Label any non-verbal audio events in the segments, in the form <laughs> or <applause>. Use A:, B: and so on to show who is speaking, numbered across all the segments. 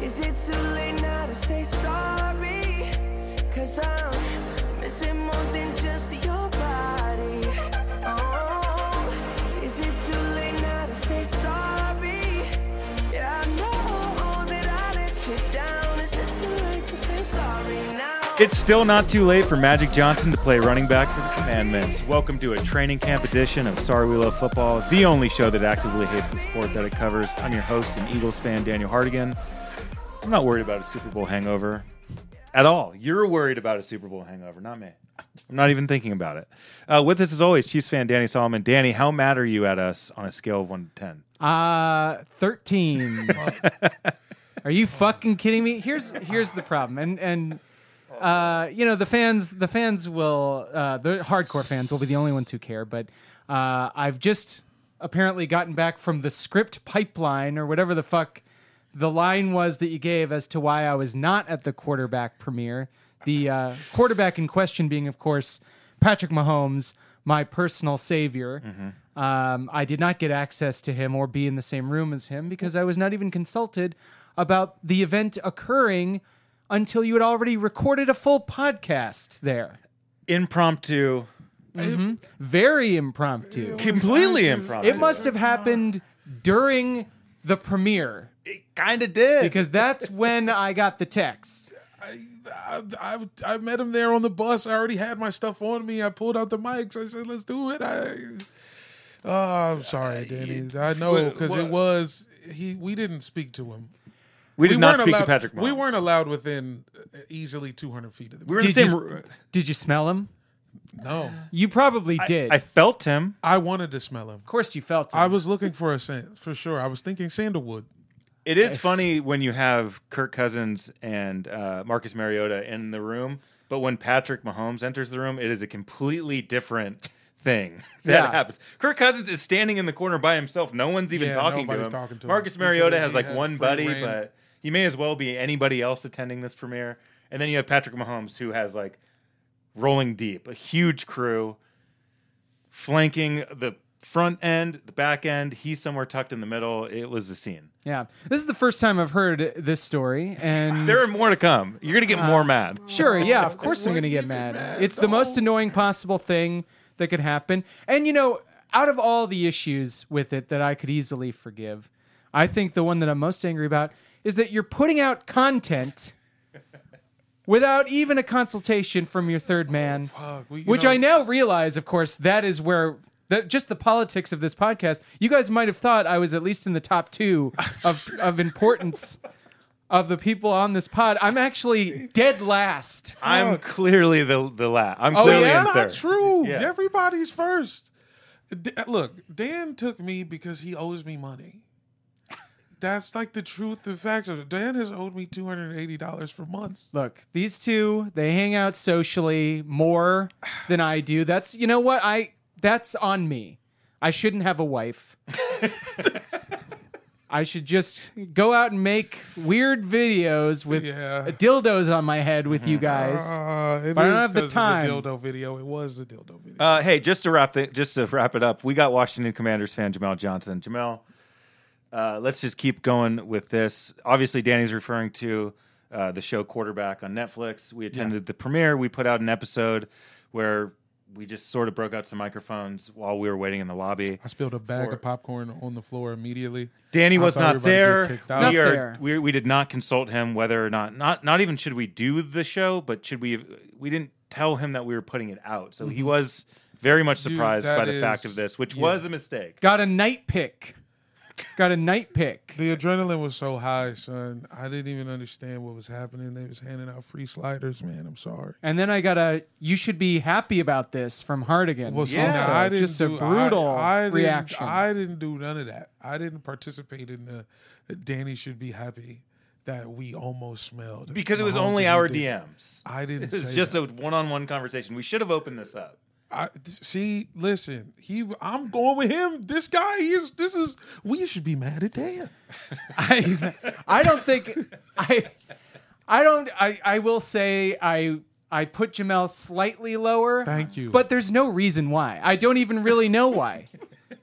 A: Is it too late now to say sorry? Cause I'm missing more than just your body. Oh, is it too late now to say sorry? Yeah, I know that I let you down. Is it too late to say sorry now?
B: It's still not too late for Magic Johnson to play running back for the Commandments. Welcome to a training camp edition of Sorry We Love Football, the only show that actively hates the sport that it covers. I'm your host and Eagles fan, Daniel Hardigan. I'm not worried about a Super Bowl hangover at all. You're worried about a Super Bowl hangover, not me. I'm not even thinking about it. Uh, with us, as always, Chiefs fan Danny Solomon. Danny, how mad are you at us on a scale of 1 to 10?
C: Uh, thirteen. Are you fucking kidding me? Here's here's the problem, and and uh, you know the fans the fans will uh, the hardcore fans will be the only ones who care. But uh, I've just apparently gotten back from the script pipeline or whatever the fuck the line was that you gave as to why I was not at the quarterback premiere. The uh, quarterback in question being, of course, Patrick Mahomes, my personal savior. Um, I did not get access to him or be in the same room as him because I was not even consulted about the event occurring until you had already recorded a full podcast there.
B: Impromptu,
C: Very impromptu.
B: completely impromptu.
C: It must have happened during the premiere
B: kind of did.
C: because that's when I got the text.
D: I, I, I met him there on the bus. I already had my stuff on me. I pulled out the mics. I said, "Let's do it." I, oh, I'm sorry, Danny. I know because it was he. We didn't speak to him.
B: we did not
D: weren't
B: speak
D: allowed,
B: to Patrick Mahomes.
D: We weren't allowed within uh, easily 200 feet of the.
B: We were in
C: Did
B: the
C: you,
B: same
C: s- did you smell him?
D: no,
C: You probably did.
B: I felt him.
D: I wanted to smell him.
C: of course, you felt it.
D: I was looking for a scent for sure. I was thinking sandalwood.
B: It is funny when you have Kirk Cousins and uh, Marcus Mariota in the room, but when Patrick Mahomes enters the room, it is a completely different thing <laughs> that
C: Yeah.
B: happens. Kirk Cousins is standing in the corner by himself. No one's even
D: Yeah,
B: talking, to
D: nobody's
B: him.
D: talking to him.
B: Marcus
D: He
B: Mariota
D: could-
B: has
D: he
B: like
D: had
B: one
D: free
B: buddy,
D: reign.
B: but he may as well be anybody else attending this premiere. And then you have Patrick Mahomes, who has like rolling deep, a huge crew flanking the front end, the back end. He's somewhere tucked in the middle. It was a scene.
C: yeah. This is the first time I've heard this story. And
B: There are more to come. You're gonna get
C: Ah.
B: more mad.
C: Sure, yeah, <laughs> of course I'm going to get mad. It's the most annoying possible thing that could happen. And you know, out of all the issues with it that I could easily forgive, I think the one that I'm most angry about is that you're putting out content without even a consultation from your third man,
D: fuck. Uh, We- you
C: which
D: know-
C: I now realize, of course, that is where. That just the politics of this podcast. You guys might have thought I was at least in the top
D: <laughs>
C: two of, of importance of the people on this pod. I'm actually dead last.
B: I'm clearly the the last. I'm
C: Oh,
B: clearly
C: yeah?
B: in
D: That's
B: third.
D: not true.
B: Yeah.
D: Everybody's first. D- look, Dan took me because he owes me money. That's like the truth and fact of it. Dan has owed me two hundred and eighty dollars for months.
C: Look, these two, they hang out socially more than I do. That's you know what? I that's on me. I shouldn't have a wife. I should just go out and make weird videos with
D: Yeah. Mm-hmm.
C: dildos on my head with you guys.
D: Uh, it
C: But I don't
D: is
C: have the
D: 'cause of
C: time.
D: dildo video. It was the dildo video.
B: Uh, hey, just to wrap the, just to wrap it up, we got Washington Commanders fan Jamel Johnson. Jamel, uh, let's just keep going with this. Obviously, Danny's referring to uh, the show Quarterback on Netflix. We attended the premiere. We put out an episode where we just sort of broke out some microphones while we were waiting in the lobby.
D: I spilled a bag
B: for-
D: of popcorn on the floor immediately.
B: Danny
D: I
B: was
D: thought
B: not
D: everybody
B: there.
D: get kicked
B: We
D: out.
C: Not
B: are
C: there.
B: we we did not consult him whether or not not not even should we do the show, but should we we didn't tell him that we were putting it out. So he was very much surprised by
D: Mm-hmm. that
B: the fact
D: is-
B: of this, which
D: yeah.
B: was a mistake.
C: Got a night pick. Got a night pick.
D: The adrenaline was so high, son. I didn't even understand what was happening. They was handing out free sliders, man. I'm sorry.
C: And then I got a you should be happy about this from Hardigan.
D: Well,
C: yeah.
D: yeah, I didn't
C: just a
D: do-
C: brutal
D: I, I didn't-
C: reaction.
D: I didn't do none of that. I didn't participate in the. Danny should be happy that we almost smelled
B: because it was
D: Mahomes
B: only
D: and
B: our
D: he did.
B: DMs.
D: I
C: <laughs>
D: didn't.
B: This is
D: say
B: just
D: that.
B: a one-on-one conversation. We should have opened this up. <laughs>
D: I see. Listen, he. I'm going with him. This guy he is. This is. We should be mad at Dan.
C: I, I don't think I I don't I, I will say I I put Jamel slightly lower.
D: Thank you.
C: But there's no reason why. I don't even really know why.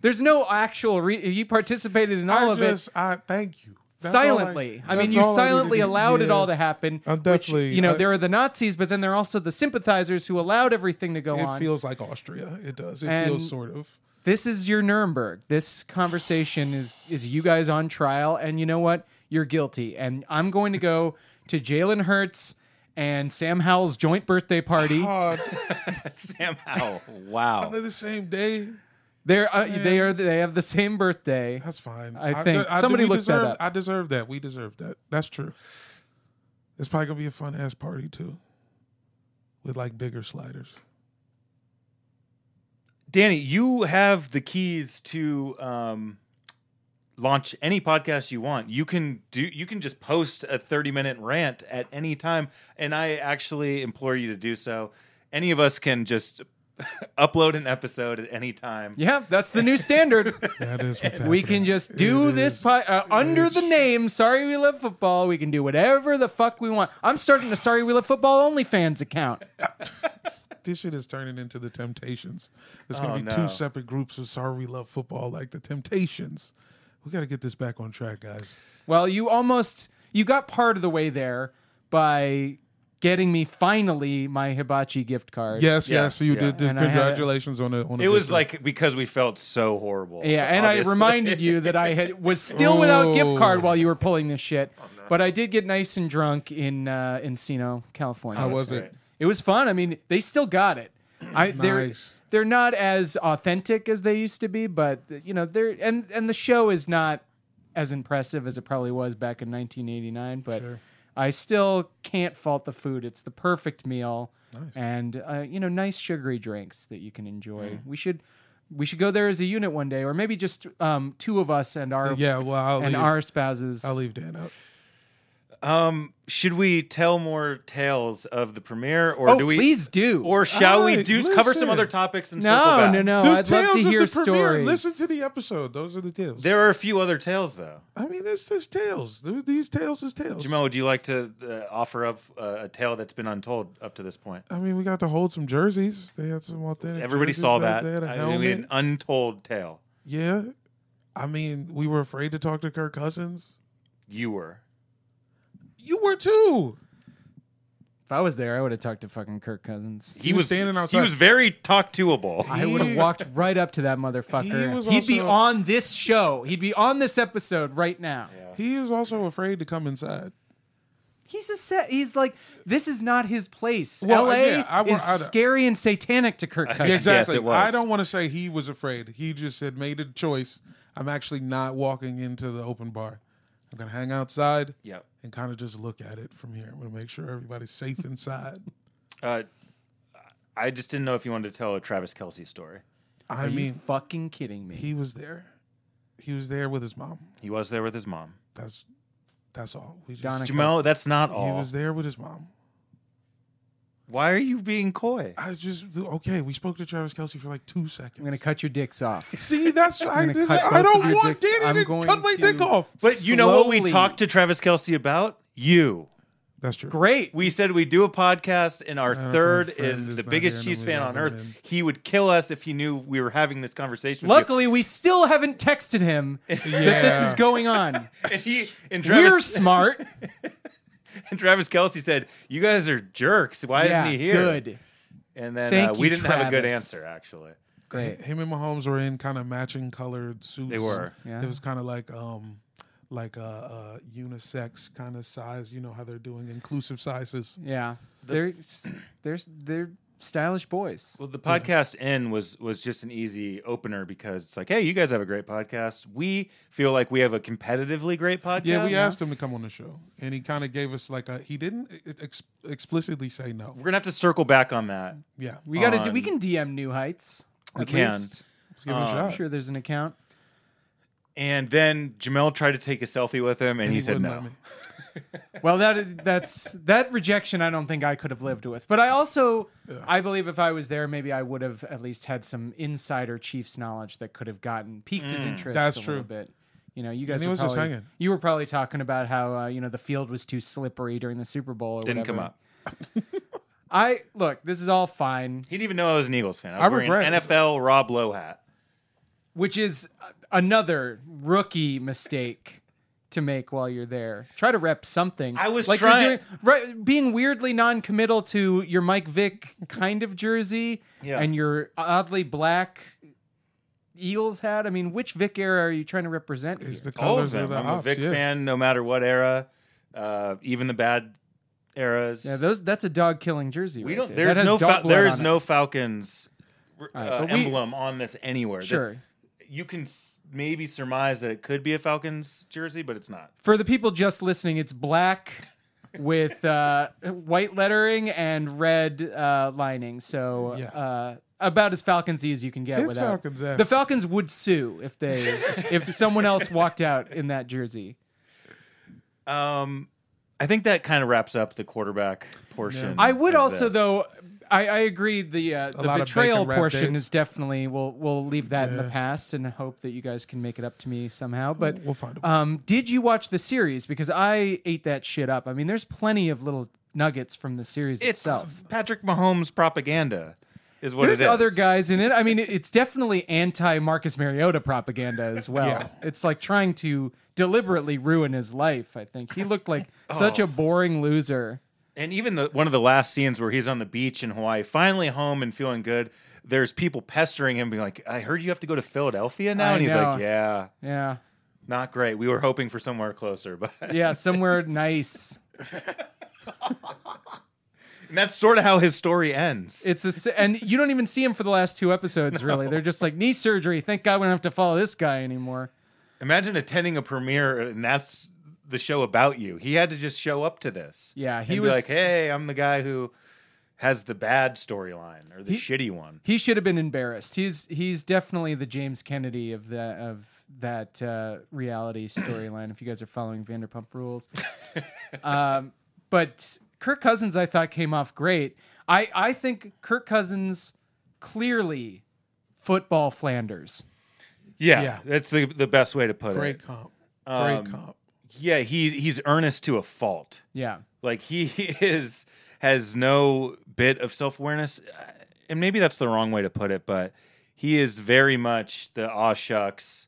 C: There's no actual re- you participated in all
D: I
C: of
D: just.
C: it
D: I thank you. That's all
C: silently. I, mean,
D: that's
C: you
D: all I needed
C: silently
D: to-
C: allowed it
D: yeah.
C: all to happen.
D: I'm
C: which,
D: definitely-
C: you know,
D: I-
C: there are the Nazis, but then there are also the sympathizers who allowed everything to go
D: It
C: on.
D: feels like Austria. It does. It
C: And-
D: feels sort of.
C: this is your Nuremberg. This conversation is is you guys on trial, and you know what? You're guilty, and I'm going to go to Jalen Hurts and Sam Howell's joint birthday party.
D: Uh,
B: Sam Howell.
D: <laughs>
B: Wow.
D: they're the same day.
C: They're uh, they are they have the same birthday.
D: That's fine.
C: I think
D: de-
C: somebody
D: we
C: looked that
D: deserve,
C: up.
D: I deserve that. We deserve that. That's true. It's probably gonna be a fun ass party too, with like bigger sliders.
B: Danny, you have the keys to um, launch any podcast you want. You can do. You can just post a thirty-minute rant at any time, and I actually implore you to do so. Any of us can just <laughs> upload an episode at any time.
C: Yeah, that's the new
D: <laughs>
C: standard.
D: That is.
C: <laughs>
D: What's
C: we
D: happening.
C: can just
D: It
C: do
D: is.
C: this po- uh, under the name. Sorry, we love football. We can do whatever the fuck we want. I'm starting a Sorry, we love football OnlyFans account.
D: This shit is turning into the Temptations. It's
B: Oh,
D: gonna be
B: no.
D: two separate groups of sorry we love football like the Temptations. We got to get this back on track, guys.
C: Well, you almost you got part of the way there by getting me finally my hibachi gift card.
D: Yes,
B: Yeah,
D: yes. So you
B: yeah.
D: did. did-
C: And I had a-
D: congratulations on the on. the
B: It was
D: victory.
B: like because we felt so horrible.
C: Yeah, and I
B: obviously.
C: reminded you that I had was still without gift
D: Oh.
C: card while you were pulling this shit. But I did get nice and drunk in uh Encino, California.
D: How was
B: That's
D: it?
C: It was fun. I mean, they still got it. I they're
D: Nice.
C: they're not as authentic as they used to be, but you know, they're and and the show is not as impressive as it probably was back in 1989, but I still can't fault the food. It's the perfect meal and uh, you know, nice sugary drinks that you can enjoy.
D: Mm.
C: We should we should go there as a unit one day or maybe just um, two of us and our
D: Yeah. Well, I'll
C: and
D: leave.
C: our spouses.
D: I'll leave Dan out.
B: Um, <laughs> should we tell more tales of the premiere, or
C: Oh,
B: do we?
C: please do.
B: Or shall we
D: Alright,
B: do cover some
D: listen.
B: other topics and circle
C: no,
B: back?
C: no, no.
D: Dude,
C: I'd love
D: tales
C: to
D: of the
C: hear
D: premiere.
C: stories.
D: Listen to the episode. Those are the tales.
B: There are a few other tales though.
D: I mean, there's there's tales. There- These tales is tales.
B: Jamel, would you like to uh, offer up uh, a tale that's been untold up to this point?
D: I mean, we got to hold some jerseys. They had some authentic.
B: Everybody
D: jerseys.
B: saw
D: They-
B: that.
D: They had
B: I
D: a
B: mean,
D: helmet.
B: we had an untold tale.
D: yeah. I mean, we were afraid to talk to Kirk Cousins.
B: You were.
D: You were too.
C: If I was there, I would have talked to fucking Kirk Cousins.
B: He,
D: was standing outside.
B: He was very talk toable.
C: I would have
D: He-
C: walked right up to that motherfucker.
D: He was
C: He'd be
D: also-
C: on this show. He'd be on this episode right now.
D: He was also afraid to come inside.
C: He's a set. He's like, this is not his place.
D: Well,
C: L.A.
D: yeah, I wa-
C: is
D: I-
C: scary and satanic to Kirk Cousins.
D: Yeah, exactly.
B: Yes, it was.
D: I don't want to say he was afraid. He just said made a choice. I'm actually not walking into the open bar. I'm gonna hang outside
B: Yep.
D: and kind of just look at it from here. I'm gonna make sure everybody's safe inside.
B: Uh, I just didn't know if you wanted to tell a Travis Kelsey story.
D: I
C: Are you
D: mean,
C: fucking kidding me?
D: he was there. He was there with his mom.
B: He was there with his mom.
D: That's that's all. We just,
C: Donna
D: he
B: Jamel, that's not all.
D: was there with his mom.
B: Why are you being coy?
D: I just okay. We spoke to Travis Kelsey for like two seconds.
C: I'm gonna cut your dicks off.
D: See, that's I
C: gonna
D: did.
C: cut
D: I
C: both of
D: don't
C: your
D: want
C: dicks.
D: Danny
C: I'm
D: to
C: going
D: cut my
C: to-
D: dick off.
B: But you know what we
C: Slowly.
B: talked to Travis Kelsey about? You.
D: That's true.
C: Great.
B: We said we do a podcast, and our
D: know if my
B: third
D: friend
B: is
D: is
B: the
D: not
B: biggest
D: here,
B: Chiefs
D: nobody
B: fan on
D: will
B: earth.
D: win.
B: He would kill us if he knew we were having this conversation. with you.
C: <laughs> Luckily, we still haven't texted him that this
D: Yeah.
C: is going on.
B: <laughs> and he and
C: We're
B: Travis,
C: smart.
B: <laughs> and Travis Kelsey said, "You guys are jerks. Why
C: yeah,
B: isn't he here?"
C: good.
B: And then
C: Thank
B: uh,
C: you,
B: we didn't have a good
C: Travis.
B: answer. Actually,
C: Great.
D: Him and Mahomes were in kind of matching colored suits.
B: They were.
C: Yeah.
D: It was kind of like um, like a, uh unisex kind of size. You know how they're doing inclusive sizes.
C: Yeah. There's, there's, they're stylish boys.
B: Well, the podcast in was was just an easy opener because it's like, hey, you guys have a great podcast. We feel like we have a competitively great podcast.
D: Yeah, we asked him to come on the show, and he kind of gave us like a he didn't uh, ex- explicitly say no.
B: We're gonna have to circle back on that.
D: Yeah,
C: We got to do.
B: on-
C: We can DM New Heights.
B: We
C: at
B: can.
C: least.
D: let's give it a
C: I'm
D: shot.
C: sure there's an account.
B: And then Jamel tried to take a selfie with him, and, he, said
D: wouldn't let
B: no.
D: me.
C: Well, that is, that's that rejection. I don't think I could have lived with. But I also, I believe if I was there, maybe I would have at least had some insider Chiefs knowledge that could have gotten piqued his interest.
D: Mm, That's
C: a
D: true.
C: Little bit. You know, you guys
D: he
C: were
D: was just
C: probably-
D: hanging.
C: You were probably talking about how uh, you know the field was too slippery during the Super Bowl. Or
B: Didn't
C: whatever.
B: come up.
C: I look. This is all fine.
B: He didn't even know I was an Eagles fan. I was
D: I
B: wearing
D: regret
B: an
D: it.
B: NFL Rob Lowe hat.
C: which is another rookie mistake to make while you're there. Try to rep something.
B: I was
C: like
B: trying-
C: you're doing right, being weirdly non-committal to your Mike Vick kind of jersey
B: Yeah.
C: and your oddly black Eels hat. I mean, which Vick era are you trying to represent?
D: It's
C: here?
D: the
B: All of
D: colors
B: them.
D: the
B: I'm
D: ops.
B: a Vic
D: yeah.
B: fan, no matter what era, uh, even the bad eras.
C: yeah, those that's a dog killing jersey.
B: we
C: right
B: don't.
C: There.
B: There's
C: That has
B: no.
C: dog
B: Fal-
C: blood
B: there is
C: on it.
B: no Falcons
C: right,
B: uh,
C: but we-
B: emblem on this anywhere. The-
C: Sure.
B: you can s- maybe surmise that it could be a Falcons jersey, but it's not.
C: For the people just listening, it's black with uh, white lettering and red uh, lining. So
D: Yeah.
C: uh, about as Falconsy as you can get.
D: It's
C: without
D: Falcons-esque.
C: the Falcons would sue if
D: <laughs>
C: they if someone else walked out in that jersey.
B: Um, I think that kind of wraps up the quarterback portion.
C: I would
B: of
C: also
B: this.
C: though. I, I agree. The uh, the
D: lot of
C: betrayal
D: bacon wrapped
C: portion
D: dates.
C: is definitely we'll we'll leave that in the past and hope that you guys can make it up to me somehow. But
D: We'll find a
B: Uh,
D: way.
C: Um, did you watch the series? Because I ate that shit up. I mean, there's plenty of little nuggets from the series
B: it's
C: itself.
B: Patrick Mahomes propaganda is what
C: There's
B: it is.
C: other guys in it. I mean, it- it's definitely anti Marcus Mariota propaganda as well.
D: Yeah.
C: It's like trying to deliberately ruin his life. I think he
B: <laughs>
C: looked like
B: Oh.
C: such a boring loser.
B: and even the one of the last scenes where he's on the beach in Hawaii, finally home and feeling good. There's people pestering him, being like, "I heard you have to go to Philadelphia now,"
C: I
B: and he's
C: know.
B: like, "Yeah,
C: Yeah,
B: not great. We were hoping for somewhere closer, but <laughs>
C: yeah, somewhere nice.
B: and that's sort of how his story ends."
C: It's a s- and you don't even see him for the last two episodes. Really, they're just like knee surgery. Thank God we don't have to follow this guy anymore.
B: Imagine attending a premiere and that's the show about you. He had to just show up to this.
C: Yeah, he
B: he was
C: was-
B: like, "Hey, I'm the guy who has the bad storyline or the shitty one."
C: He should have been embarrassed. He's he's definitely the James Kennedy of the of that uh, reality storyline. if you guys are following Vanderpump
B: <laughs>
C: Rules, um, but Kirk Cousins, I thought came off great. I I think Kirk Cousins clearly football Flanders.
B: Yeah,
D: Yeah.
B: that's the the best way to put
D: Great
B: it.
D: comp.
B: Um,
D: Great comp.
B: Yeah, he he's earnest to a fault.
C: Yeah,
B: Like he <laughs> is has no bit of self awareness, and maybe that's the wrong way to put it, but he is very much the aw shucks,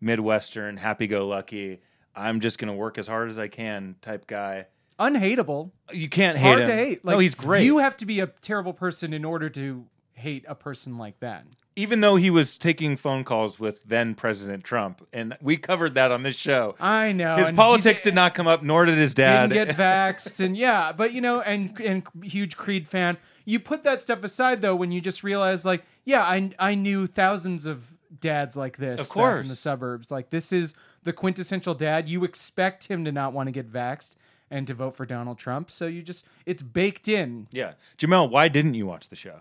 B: midwestern, happy go lucky. I'm just gonna work as hard as I can type guy.
C: unhateable.
B: You can't hate
C: hard
B: him.
C: to hate. Like,
B: no, he's great.
C: You have to be a terrible person in order to hate a person like that.
B: Even though he was taking phone calls with then President Trump, and we covered that on this show.
C: I know.
B: his
C: and
B: politics
C: he's-
B: did not come up, nor did his dad. <laughs>
C: Didn't get vaxxed, and yeah, but you know, and and huge Creed fan. You put that stuff aside though when you just realize, like, yeah, I I knew thousands of dads like this,
B: Of
C: back in the
B: course.
C: suburbs. Like, this is the quintessential dad. You expect him to not want to get vaxxed and to vote for Donald Trump, so you just it's baked in. <laughs>
B: yeah, Jamel, why didn't you watch the show?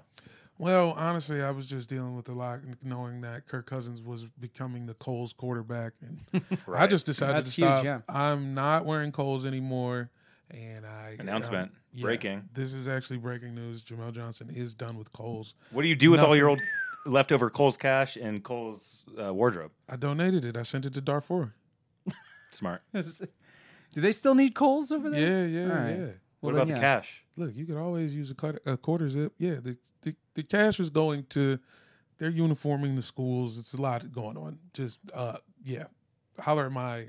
D: Well, honestly, I was just dealing with a lot, knowing that Kirk Cousins was becoming the Coles quarterback,
C: <laughs>
D: and I just decided
C: That's
D: to
C: huge,
D: stop.
C: yeah.
D: I'm not wearing Coles anymore, and I
B: Announcement.
D: um, yeah,
B: Breaking.
D: This is actually breaking news. Jamel Johnson is done with Coles.
B: What do you do with all your old leftover Cole's cash and Cole's uh, wardrobe?
D: I donated it. I sent it to Darfur.
B: Smart.
C: Do they still need coals over there?
D: Yeah, yeah,
C: All right.
D: yeah.
B: What
C: Well,
B: about
C: then,
B: the
C: yeah.
B: cash?
D: Look, you could always use a, cut, a quarter zip. Yeah, the, the the cash was going to. They're uniforming the schools. It's a lot going on. Just uh, yeah, holler at my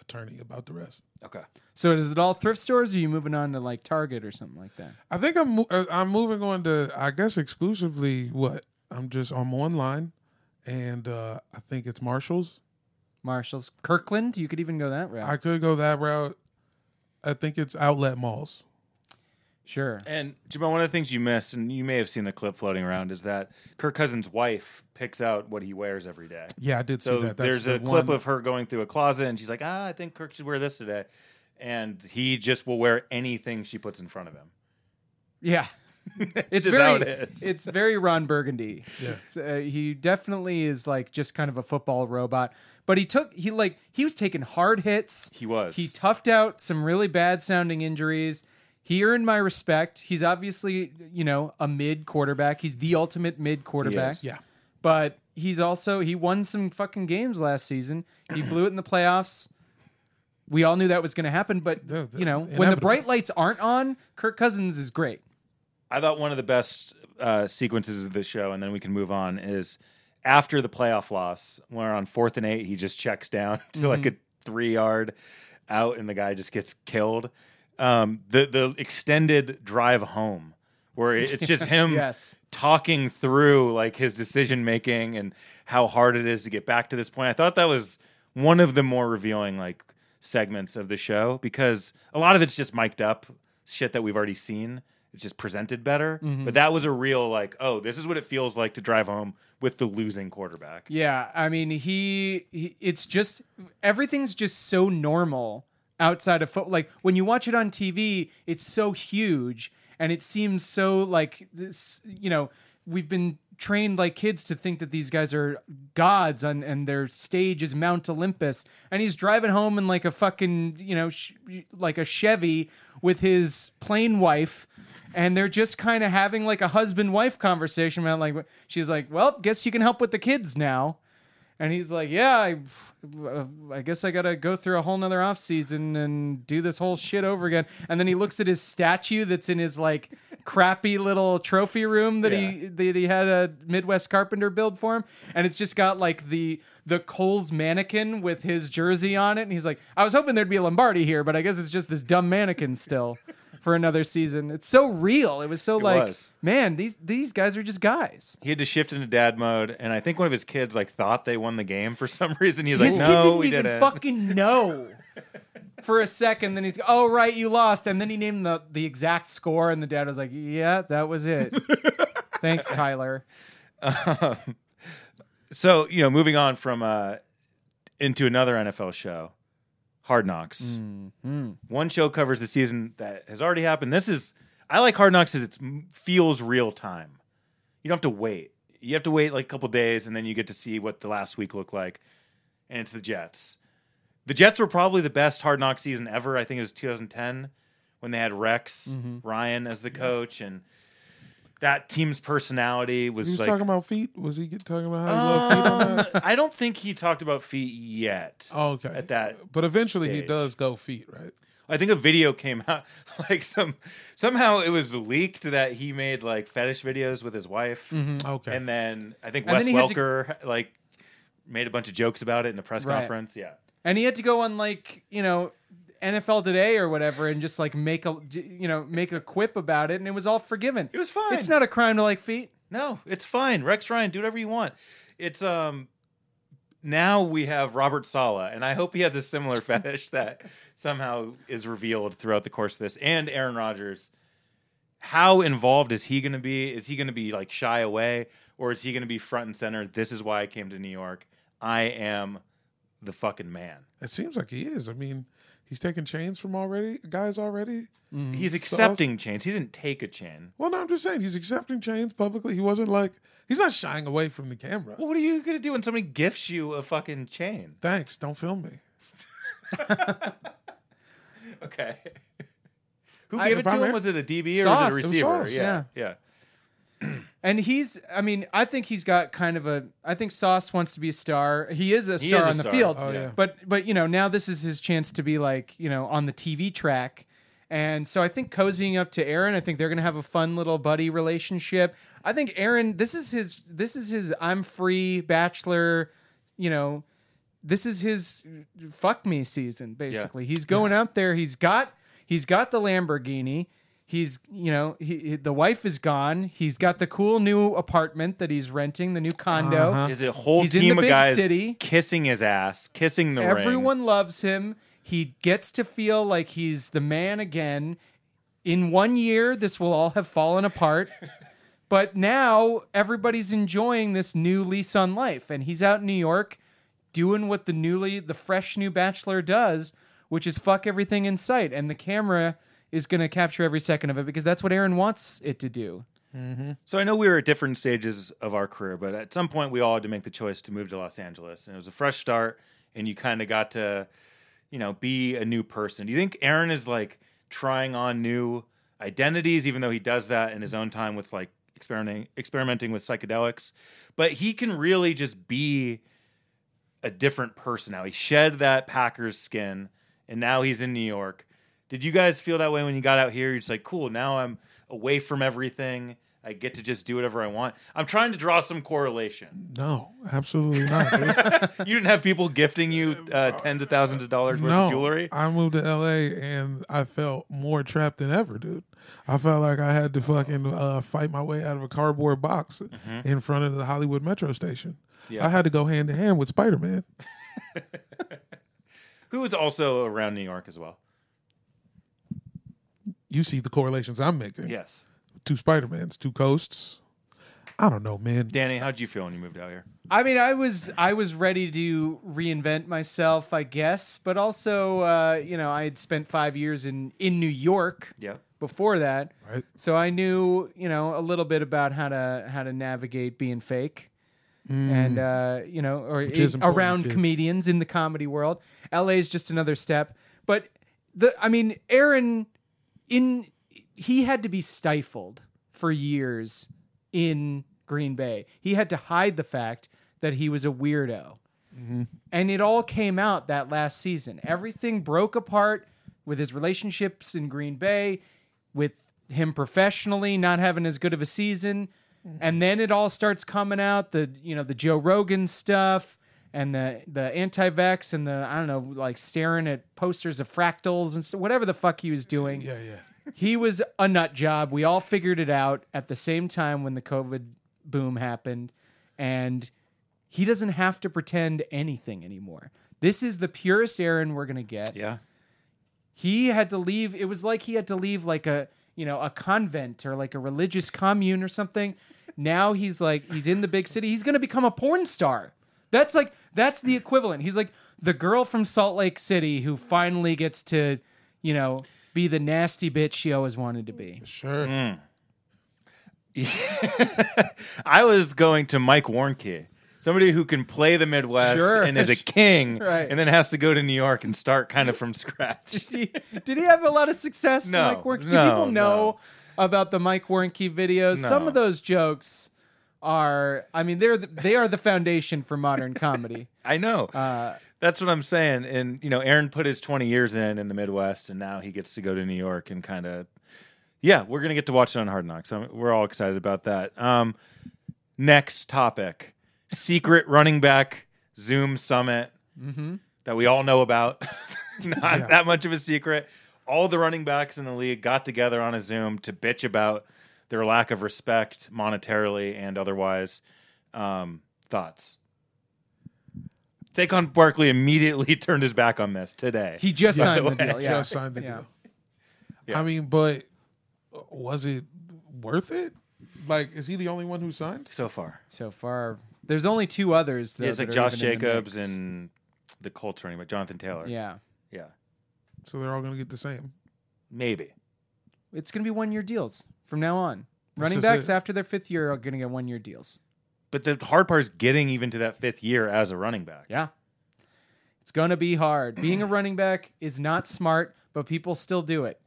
D: attorney about the rest.
B: Okay.
C: So is it all thrift stores? Or are you moving on to like Target or something like that?
D: I think I'm mo- uh, I'm moving on to I guess exclusively what I'm just I'm online, and uh, I think it's Marshalls.
C: Marshalls, Kirkland. You could even go that route.
D: I could go that route. I think it's outlet malls.
C: Sure.
B: And Jamal, one of the things you missed, and you may have seen the clip floating around, is that Kirk Cousins' wife picks out what he wears every day.
D: Yeah, I did
B: So
D: see that. That's
B: there's
D: the
B: a clip
D: one-
B: of her going through a closet, and she's like, "Ah, I think Kirk should wear this today," and he just will wear anything she puts in front of him. <laughs>
C: Yeah.
B: it's
C: <laughs> It's
B: just
C: very,
B: how it is.
C: it's very Ron Burgundy.
D: Yeah.
C: It's, uh, he definitely is like just kind of a football robot. But he took he like he was taking hard hits.
B: he was.
C: He toughed out some really bad sounding injuries. He earned my respect. He's obviously, you know, a mid quarterback. He's the ultimate mid quarterback.
B: is.
D: Yeah.
C: But he's also he won some fucking games last season.
D: <clears throat>
C: He blew it in the playoffs. We all knew that was going to happen, but
D: Yeah, the-
C: you know, when the
D: inevitable.
C: bright lights aren't on, Kirk Cousins is great.
B: I thought one of the best uh, sequences of the show, and then we can move on, is after the playoff loss, when we're on fourth and eight, he just checks down <laughs> to like a three yard out, and the guy just gets killed. Um, the the extended drive home, where it- it's just him
C: Yes.
B: talking through like his decision making and how hard it is to get back to this point. I thought that was one of the more revealing like segments of the show because a lot of it's just mic'd up shit that we've already seen. It's just presented better.
C: Mm-hmm.
B: But that was a real like, oh, this is what it feels like to drive home with the losing quarterback.
C: Yeah, I mean, he, he it's just everything's just so normal outside of foot. Like when you watch it on TV, it's so huge and it seems so like this, you know, we've been trained like kids to think that these guys are gods and and their stage is Mount Olympus and he's driving home in like a fucking, you know, sh- like a Chevy with his plain wife and they're just kind of having like a husband wife conversation about like she's like well guess you can help with the kids now and he's like yeah i, I guess i gotta go through a whole nother off season and do this whole shit over again and then he looks at his statue that's in his like crappy little trophy room that he that he had a midwest carpenter build for him and it's just got like the the cole's mannequin with his jersey on it and he's like i was hoping there'd be a lombardi here but i guess it's just this dumb mannequin still for another season. It's so real. It was so like,
B: was.
C: man, these these guys are just guys.
B: He had to shift into dad mode, and I think one of his kids like thought they won the game for some <laughs> reason. He's like,
C: His kid
B: no,
C: didn't
B: we
C: even
B: didn't.
C: fucking
B: <laughs>
C: know for a second. Then he's, oh right, you lost, and then he named the the exact score, and the dad was like, yeah, that
B: <laughs>
C: was it. Thanks, Tyler.
B: <laughs> So you know, moving on from uh, into another NFL show, Hard Knocks.
D: Mm.
B: One show covers the season that has already happened. This is I like Hard Knocks because it feels real time. You don't have to wait. You have to wait like a couple days, and then you get to see what the last week looked like. And it's the Jets. The Jets were probably the best Hard Knock season ever. I think it was 2010 when they had Rex
D: Mm-hmm.
B: Ryan as the coach, and that team's personality was,
D: He was
B: like
D: talking about feet. Was he get- talking about how he loved feet? on
B: um,
D: that?
B: I don't think he talked about feet yet.
D: Oh, okay.
B: At that
D: but eventually he
B: stage.
D: does go feet, right?
B: I think a video came out <laughs> like some somehow it was leaked that he made like fetish videos with his wife,
D: Okay.
B: and then I think
C: And
B: Wes
C: then he had to-
B: Welker like made a bunch of jokes about it in a press
C: Right.
B: conference. Yeah,
C: And he had to go on like you know NFL Today or whatever, and just like make a you know make a quip about it, and it was all forgiven.
B: it was fine.
C: It's not a crime to like feet.
B: no, it's fine. Rex Ryan, do whatever you want. It's um. Now we have Robert Sala, and I hope he has a similar <laughs> fetish that somehow is revealed throughout the course of this. And Aaron Rodgers, how involved is he going to be? Is he going to be like shy away or is he going to be front and center? This is why I came to New York. I am the fucking man.
D: It seems like he is. I mean, he's taking chains from already guys already.
B: He's accepting chains. He didn't take a chin.
D: Well, no, I'm just saying he's accepting chains publicly. He wasn't like he's not shying away from the camera.
B: Well, what are you going to do when somebody gifts you a fucking chain?
D: Thanks. Don't film me.
B: Okay. <laughs> Who
C: I-
B: gave it
D: if
B: to
D: I'm
B: him?
D: here-
B: Was it a DB or was it a
C: Sauce. It
D: was
B: receiver?
D: Sauce.
B: Yeah. Yeah.
C: And he's, I mean, I think he's got kind of a. I think Sauce wants to be a star. He is a
B: He
C: star
B: is a
C: on the
B: star.
C: field.
D: Oh, yeah.
C: But but you know now this is his chance to be like you know on the TV track, and so I think cozying up to Aaron. I think they're gonna have a fun little buddy relationship. I think Aaron. This is his. This is his. I'm free bachelor. You know, this is his fuck me season basically he's going out there he's got he's got the lamborghini he's you know he, he- the wife is gone he's got the cool new apartment that he's renting the new condo
B: Is it a whole
C: He's in the
B: team of
C: big
B: guys
C: city.
B: kissing his ass, kissing the ring?
C: everyone loves him he gets to feel like he's the man again in one year this will all have
B: <laughs>
C: fallen apart. But now everybody's enjoying this new lease on life, and he's out in New York doing what the newly the fresh new bachelor does, which is fuck everything in sight, and the camera is going to capture every second of it because that's what Aaron wants it to do.
B: So I know we were at different stages of our career, but at some point we all had to make the choice to move to Los Angeles, and it was a fresh start, and you kind of got to, you know, be a new person. Do you think Aaron is like trying on new identities, even though he does that in his own time with like experimenting, experimenting with psychedelics? But he can really just be a different person now. He shed that Packers skin, and now he's in New York. Did you guys feel that way when you got out here? You're just like, cool, now I'm away from everything. I get to just do whatever I want. I'm trying to draw some correlation.
D: No, absolutely
B: <laughs>
D: not. dude.
B: you didn't have people gifting you uh, tens of thousands of dollars worth
D: no,
B: of jewelry.
D: I moved to LA and I felt more trapped than ever, dude. I felt like I had to fucking uh, fight my way out of a cardboard box in front of the Hollywood Metro station.
B: Mm-hmm. Yeah.
D: I had to go hand to hand with Spider Man.
B: Who was also around New York as well?
D: You see the correlations I'm making.
B: Yes.
D: Two Spider Mans, two coasts. I don't know, man.
B: Danny, how'd you feel when you moved out here?
C: I mean, I was I was ready to reinvent myself, I guess, but also, uh, you know, I had spent five years in in New York
B: Yeah.
C: before that,
D: Right.
C: so I knew, you know, a little bit about how to how to navigate being fake, and uh, you know, or
D: Mm. Which is
C: in-
D: important,
C: around
D: kids.
C: comedians in the comedy world. LA is just another step, but the I mean, Aaron in he had to be stifled for years in Green Bay. He had to hide the fact that he was a weirdo. And it all came out that last season. Everything broke apart with his relationships in Green Bay, with him professionally not having as good of a season. And then it all starts coming out the you know the Joe Rogan stuff and the the anti-vax and the I don't know like staring at posters of fractals and st- whatever the fuck he was doing
D: Yeah, yeah.
C: he was a nut job. We all figured it out at the same time when the COVID boom happened, and he doesn't have to pretend anything anymore. This is the purest Aaron we're gonna get.
B: Yeah.
C: He had to leave. It was like he had to leave like a you know a convent or like a religious commune or something. Now he's like he's in the big city. He's gonna become a porn star. That's like that's the equivalent. He's like the girl from Salt Lake City who finally gets to you know be the nasty bitch she always wanted to be.
D: Sure.
C: Mm.
B: I was going to Mike Warnke, somebody who can play the Midwest
C: Sure.
B: and is a king,
C: Right.
B: and then has to go to New York and start kind of from
C: <laughs>
B: scratch.
C: Did he, did he have a lot of success?
B: No,
C: Mike Warnke? Do
B: no,
C: people know about the Mike Warnke videos?
B: No.
C: Some of those jokes are, I mean, they're the, they are the foundation
B: <laughs>
C: for modern comedy.
B: I know.
C: Uh,
B: That's what I'm saying. And you know, Aaron put his 20 years in in the Midwest, and now he gets to go to New York and kind of. Yeah, we're gonna get to watch it on Hard Knocks. I'm, we're all excited about that. Um, next topic: secret running back Zoom summit that we all know about. <laughs> Not that much of a secret. All the running backs in the league got together on a Zoom to bitch about their lack of respect monetarily and otherwise. Um, thoughts? Saquon Barkley immediately <laughs> turned his back on this today.
C: He just
D: Yeah,
C: signed
B: <laughs>
C: the
B: by the
C: deal.
B: way,
C: Yeah.
D: Just signed the
C: Yeah.
D: deal.
B: Yeah.
D: I mean, but uh, was it worth it? Like, is he the only one who signed?
B: so far,
C: So far, there's only two others. Though,
B: yeah, it's
C: that
B: like
C: are
B: Josh
C: even in the
B: Jacobs
C: mix.
B: and the Colts running back Jonathan Taylor.
C: yeah,
B: yeah,
D: So they're all going to get the same.
B: maybe.
C: it's gonna be one year deals from now on.
D: This
C: Running
D: is
C: backs
D: it.
C: after their fifth year are gonna get one year deals.
B: But the hard part is getting even to that fifth year as a running back.
C: Yeah. It's going to be hard. Being a running back is not smart, but people still do it.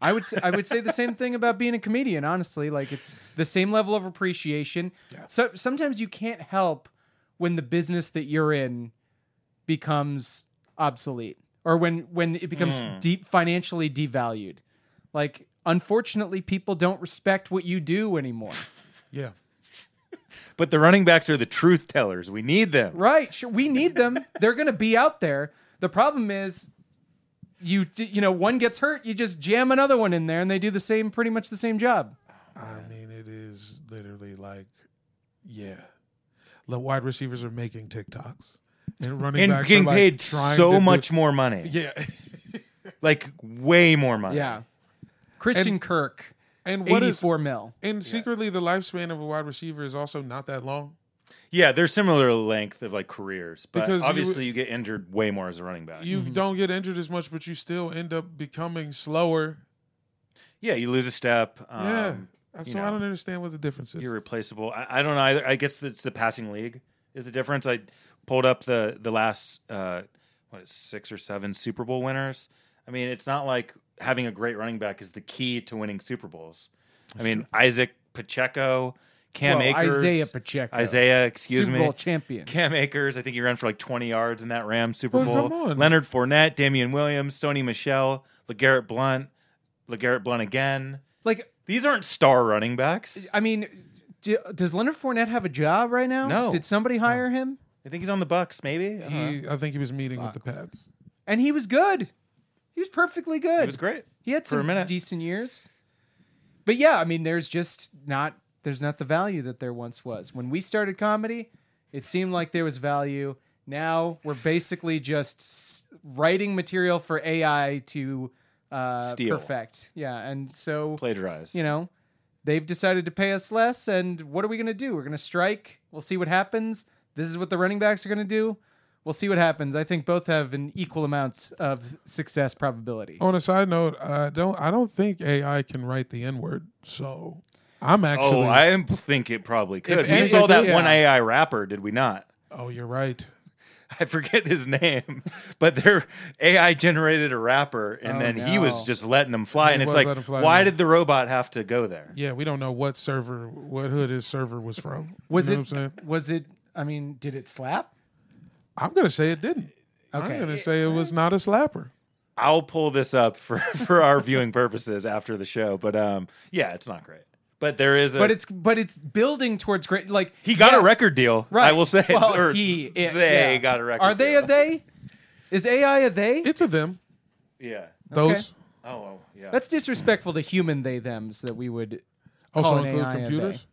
C: I would say, I would say the same thing about being a comedian, honestly. Like it's the same level of appreciation. So sometimes you can't help when the business that you're in becomes obsolete or when when it becomes deep financially devalued. Like unfortunately people don't respect what you do anymore.
D: Yeah.
B: But the running backs are the truth tellers. We need them.
C: Right. Sure. We need them. They're going to be out there. The problem is you d- you know, one gets hurt, you just jam another one in there and they do the same pretty much the same job.
D: I mean, it is literally like, yeah. The wide receivers are making TikToks and running
B: and
D: backs
B: getting
D: are like
B: paid
D: trying
B: so
D: <laughs> to
C: <laughs>
D: do-
B: much more money,
D: Yeah.
B: like way more money.
C: Yeah. Christian
D: And-
C: Kirk,
D: And what is
C: eighty-four mil.
D: and secretly the lifespan of a wide receiver is also not that long.
B: Yeah, they're similar length of like careers, but
D: Because you-
B: obviously you, get injured way more as a running back.
C: Mm-hmm.
D: You don't get injured as much, but you still end up becoming slower.
B: yeah, you lose a step. Um,
D: yeah. So
B: you
D: I
B: know,
D: don't understand what the difference is.
B: You're replaceable. I, I don't know either. I guess it's the passing league is the difference. I pulled up the the last uh, what six or seven Super Bowl winners. I mean, it's not like having a great running back is the key to winning Super Bowls. I mean, Isaac Pacheco, Cam
C: Well,
B: Akers,
C: Isaiah Pacheco,
B: Isaiah, excuse
C: Super
B: me,
C: Bowl champion.
B: <laughs> Cam Akers, I think he ran for like 20 yards in that Ram Super
D: Well,
B: Bowl.
D: come on.
B: Leonard Fournette, Damian Williams, Sony Michelle, LeGarrette Blunt, LeGarrette Blunt again.
C: Like,
B: These aren't star running backs.
C: I mean, do, does Leonard Fournette have a job right now?
B: No.
C: Did somebody hire him?
B: I think he's on the Bucks, maybe.
C: uh-huh.
B: I don't know.
D: He, I think he was meeting with the Pats.
C: And he was good. He was perfectly good.
B: It was great.
C: He had
B: for a
C: some
B: minute.
C: decent years. But yeah, I mean, there's just not there's not the value that there once was. When we started comedy, it seemed like there was value. Now we're basically just s- writing material for AI to uh,
B: Steal.
C: perfect. Yeah, and so
B: Plagiarized.
C: you know, they've decided to pay us less. And what are we going to do? We're going to strike. We'll see what happens. This is what the running backs are going to do. We'll see what happens. I think both have an equal amount of success probability.
D: On a side note, I don't I don't think AI can write the N word. So I'm
B: Oh,
D: actually
B: I am- think it probably could.
C: If
B: we
C: any-
B: saw
C: if-
B: that
C: yeah.
B: one AI rapper, did we not? <laughs>
D: Oh, you're right.
B: I forget his name, <laughs> but their AI generated a rapper, and
C: Oh,
B: then he was
C: no.
B: just letting them fly.
D: He
B: and it's
D: was
B: like,
D: letting 'em fly,
B: why
D: yeah.
B: did the robot have to go there?
D: Yeah, we don't know what server, what hood his server was from.
C: Was
D: you
C: it?
D: know What I'm, saying?
C: Was it? I mean, did it slap?
D: I'm gonna say it didn't.
C: Okay.
D: I'm gonna say it was not a slapper.
B: I'll pull this up for, <laughs> for our viewing purposes after the show. But um, yeah, it's not great. But there is a.
C: But it's but it's building towards great. Like
B: he got
C: yes,
B: a record deal.
C: Right.
B: I will say.
C: Well,
B: <laughs> or
C: he it-
B: they
C: yeah.
B: got a record.
C: Are they
B: deal.
C: a they? Is AI a they?
D: It's a them.
B: Yeah.
D: Those
B: Oh, oh, yeah.
C: That's disrespectful to human they them's that we would.
D: also
C: Call an
D: include
C: AI a
D: computers.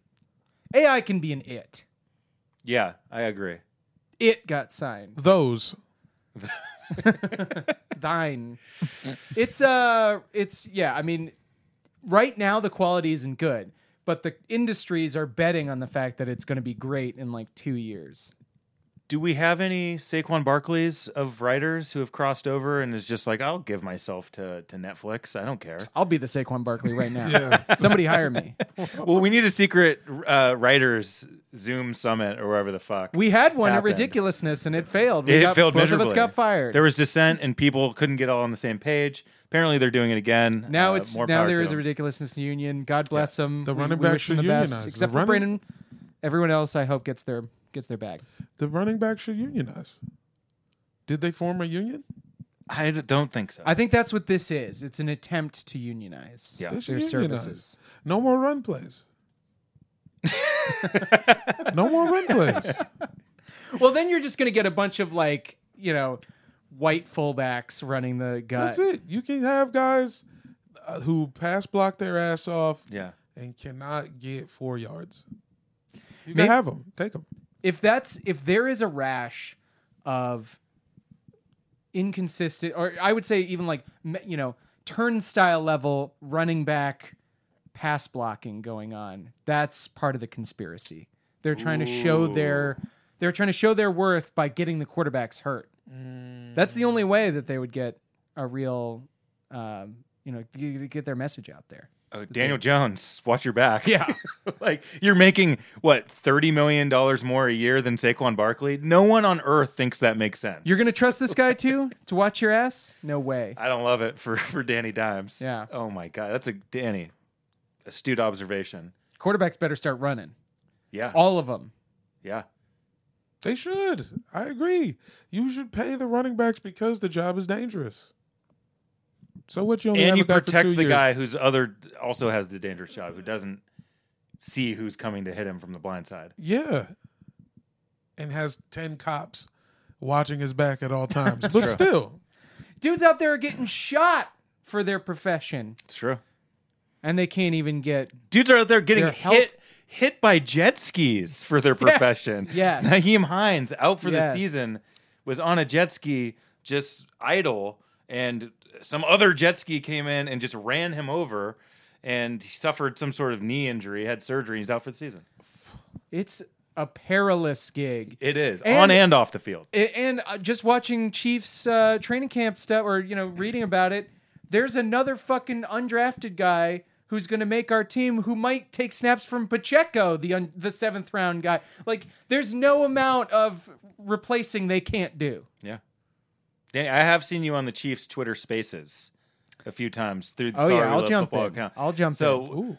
C: AI can be an it.
B: yeah. I agree.
C: It got signed.
D: Those.
B: <laughs>
C: thine. it's uh it's yeah, I mean right now the quality isn't good, but the industries are betting on the fact that it's going to be great in like 2 years.
B: Do we have any Saquon Barkley's of writers who have crossed over and is just like, I'll give myself to, to Netflix. I don't
C: <laughs>
B: care.
C: I'll be the Saquon Barkley right now.
D: <laughs> Yeah.
C: Somebody hire me.
B: well, we need a secret uh, writers Zoom summit or whatever the fuck.
C: We had one
B: Happened.
C: at Ridiculousness and it failed. We
B: it
C: got,
B: failed
C: both
B: miserably.
C: of us got fired.
B: There was dissent, and people couldn't get all on the same page. Apparently, they're doing it again.
C: now
B: Uh,
C: it's
B: more
C: now
B: power
C: there
B: to
C: is a
B: them.
C: ridiculousness union. God bless them.
D: The
C: We-
D: running
C: we
D: backs
C: wish them
D: should
C: the best,
D: unionize.
C: except
D: The
C: for
D: running-
C: Brandon. Everyone else, I hope gets their gets their bag.
D: The running back should unionize. Did they form a union?
B: I d- don't think so.
C: I think that's what this is. It's an attempt to unionize
B: Yeah.
D: They
C: their
D: should unionize.
C: services.
D: No more
B: <laughs>
D: run plays. no more run plays.
C: Well, then you're just going to get a bunch of like, you know, white fullbacks running the gut.
D: That's it. You can have guys uh, who pass block their ass off
B: yeah.
D: and cannot get four yards. You
C: Maybe-
D: can have them. Take them.
C: If that's if there is a rash of inconsistent or I would say even like, me- you know, turnstile level running back pass blocking going on. That's part of the conspiracy. They're trying to show their they're trying to show their worth by getting the quarterbacks hurt. That's the only way that they would get a real um, you know, g- g- get their message out there.
B: Oh, Daniel Jones, watch your back. Yeah. <laughs> like you're making what thirty million dollars more a year than Saquon Barkley. No one on earth thinks that makes sense.
C: You're gonna trust this guy too to watch your ass? No way.
B: I don't love it for <laughs> for Danny Dimes.
C: Yeah.
B: Oh my god, that's a Danny astute observation.
C: Quarterbacks better start running.
B: Yeah.
C: All of them.
B: yeah.
D: They should. I agree. You should pay the running backs because the job is dangerous. So what? You only
B: and
D: have
B: you
D: a guy for
B: protect
D: two
B: the
D: years.
B: guy who's other also has the dangerous shot who doesn't see who's coming to hit him from the blind side.
D: Yeah. And has 10 cops watching his back
B: <laughs>
D: at all times. but still,
C: Dudes out there are getting shot for their profession,
B: It's true.
C: and they can't even get.
B: Dudes are out there getting
C: Their health-
B: hit hit by jet skis for their profession. <laughs>
C: yes.
B: Naheem Hines out for
C: Yes.
B: the season was on a jet ski just idle and some other jet ski came in and just ran him over, and he suffered some sort of knee injury, had surgery, he's out for the season.
C: It's a perilous gig.
B: It is
C: And-
B: on and off the field.
C: A- and uh, just watching Chiefs uh, training camp stuff, or you know, reading about it, there's another fucking undrafted guy who's going to make our team, who might take snaps from Pacheco, the un- the seventh round guy. Like, there's no amount of replacing they can't do.
B: Yeah, Danny, I have seen you on the Chiefs Twitter Spaces a few times through the
C: Oh, yeah,
B: Sorry We
C: I'll
B: Love
C: jump
B: Football
C: in.
B: account.
C: I'll jump
B: so,
C: in.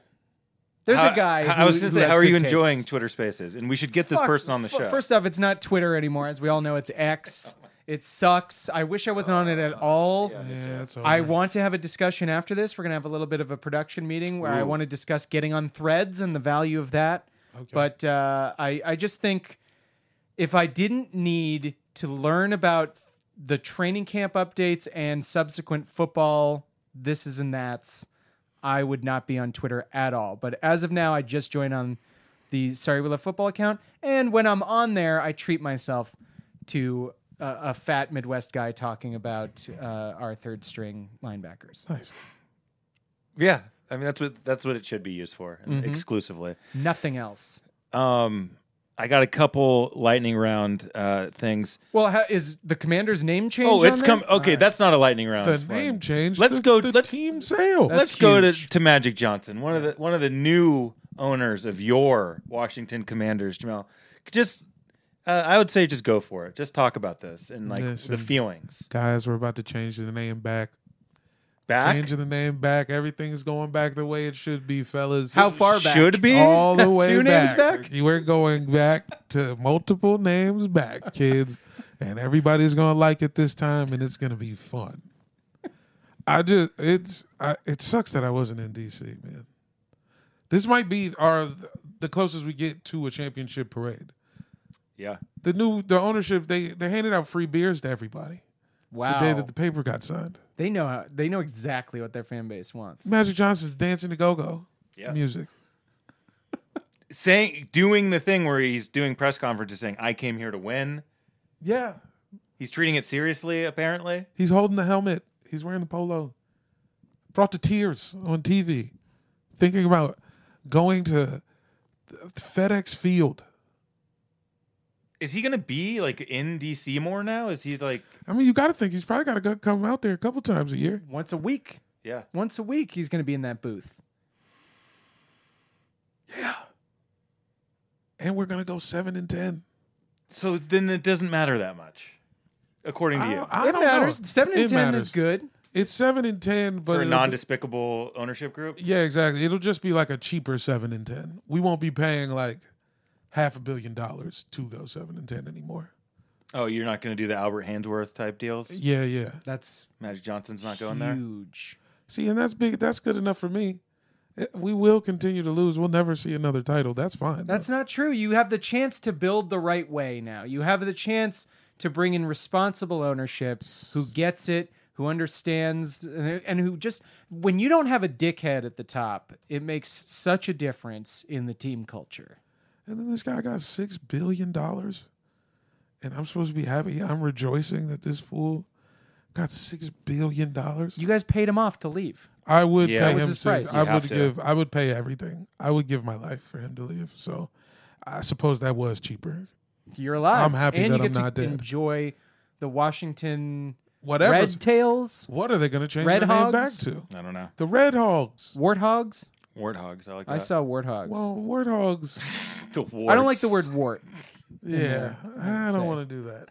C: There's
B: how-
C: a guy.
B: how-
C: who,
B: I was going
C: who
B: to say,
C: has
B: how are
C: good
B: you
C: takes.
B: enjoying Twitter Spaces? And we should get this
C: Fuck,
B: person on the
C: fu-
B: show.
C: First off, it's not Twitter anymore, as we all know. It's X. It sucks. I wish I wasn't on it at all.
D: Yeah, that's all.
C: I want to have a discussion after this. We're gonna have a little bit of a production meeting where I
B: Ooh.
C: want to discuss getting on threads and the value of that. But uh, I I just think if I didn't need to learn about the training camp updates and subsequent football this is and that's, I would not be on Twitter at all. But as of now, I just joined on the Sorry We Love Football account, and when I'm on there, I treat myself to a, a fat Midwest guy talking about uh, our third string linebackers.
B: yeah, I mean that's what that's what it should be used for
C: Mm-hmm.
B: exclusively.
C: Nothing else.
B: Um, I got a couple lightning round uh, things.
C: Well, how, is the commander's name change?
B: Oh,
C: on
B: it's come.
C: there?
B: Okay,
C: All right.
B: that's not a lightning round.
D: the
B: It's fine.
D: name change.
B: Let's
D: the,
B: go-
D: The
B: let's-
D: team sale.
C: That's-
B: Let's go to,
C: huge.
B: to Magic Johnson, one of the one of the new owners of your Washington Commanders, Jamel. Just, uh, I would say, just go for it. Just talk about this and like
D: Listen.
B: the feelings.
D: Guys, we're about to change the name back.
B: Back
D: Changing the name back. Everything's going back the way it should be, fellas.
C: how far back?
B: should be
D: all the way
C: Two names back?
D: back. We're going back to multiple names back, kids, and everybody's gonna like it this time, and it's gonna be fun. I just it's I, it sucks that I wasn't in DC, man. This might be our the closest we get to a championship parade.
B: Yeah,
D: The new the ownership they they handed out free beers to everybody
C: Wow,
D: the day that the paper got signed.
C: they know how, they know exactly what their fan base wants.
D: Magic Johnson's dancing to go go
B: Yeah.
D: music.
B: saying doing the thing where he's doing press conferences saying, "I came here to win."
D: Yeah,
B: He's treating it seriously, apparently.
D: He's holding the helmet. He's wearing the polo. Brought to tears on TV, thinking about going to th- FedEx Field.
B: Is he going to be like in DC more now? Is he like,
D: I mean, you got to think he's probably got to go come out there a couple times a year.
C: Once a week,
B: yeah?
C: once a week, he's going to be in that booth.
D: And we're gonna go seven and ten.
B: So then it doesn't matter that much, according to you,
D: I
C: it
D: don't
C: matters.
D: know.
C: Seven and
D: It
C: ten
D: matters.
C: is good.
D: It's seven and ten, but
B: for a
D: it'll be-
B: non-despicable ownership group.
D: yeah, exactly. It'll just be like a cheaper seven and ten. We won't be paying like half a billion dollars to go seven and ten anymore.
B: Oh, you're not going to do the Albert Hansworth type deals.
D: Yeah, yeah.
C: That's
B: Magic Johnson's not going there.
C: huge.
D: See, and that's big. That's good enough for me. It- We will continue to lose. We'll never see another title. That's fine.
C: That's not true. You have the chance to build the right way now. You have the chance to bring in responsible ownership who gets it, who understands, and who just, when you don't have a dickhead at the top, it makes such a difference in the team culture.
D: and then this guy got six billion dollars, and I'm supposed to be happy. I'm rejoicing that this fool got six billion dollars.
C: You guys paid him off to leave.
D: I would
B: Yeah.
D: pay
B: That was
D: him.
C: his
D: six-
C: price.
D: I
B: You
D: would
B: have to.
D: give. I would pay everything. I would give my life for him to leave. So, I suppose that was cheaper.
C: You're alive.
D: I'm happy
C: and
D: that
C: you get
D: I'm
C: to
D: not dead.
C: enjoy the Washington
D: Whatever.
C: Red Tails,
D: what are they going to change
C: Red
D: their name back
C: Hogs?
D: to?
B: I don't know.
D: The Red Hogs.
C: Warthogs.
B: Warthogs. I like that.
C: I saw warthogs.
D: Well, Warthogs.
B: <laughs>
C: <laughs>
B: the
C: I don't like the
B: warts.
C: word wart.
D: Yeah, I
C: say.
D: don't want to do that.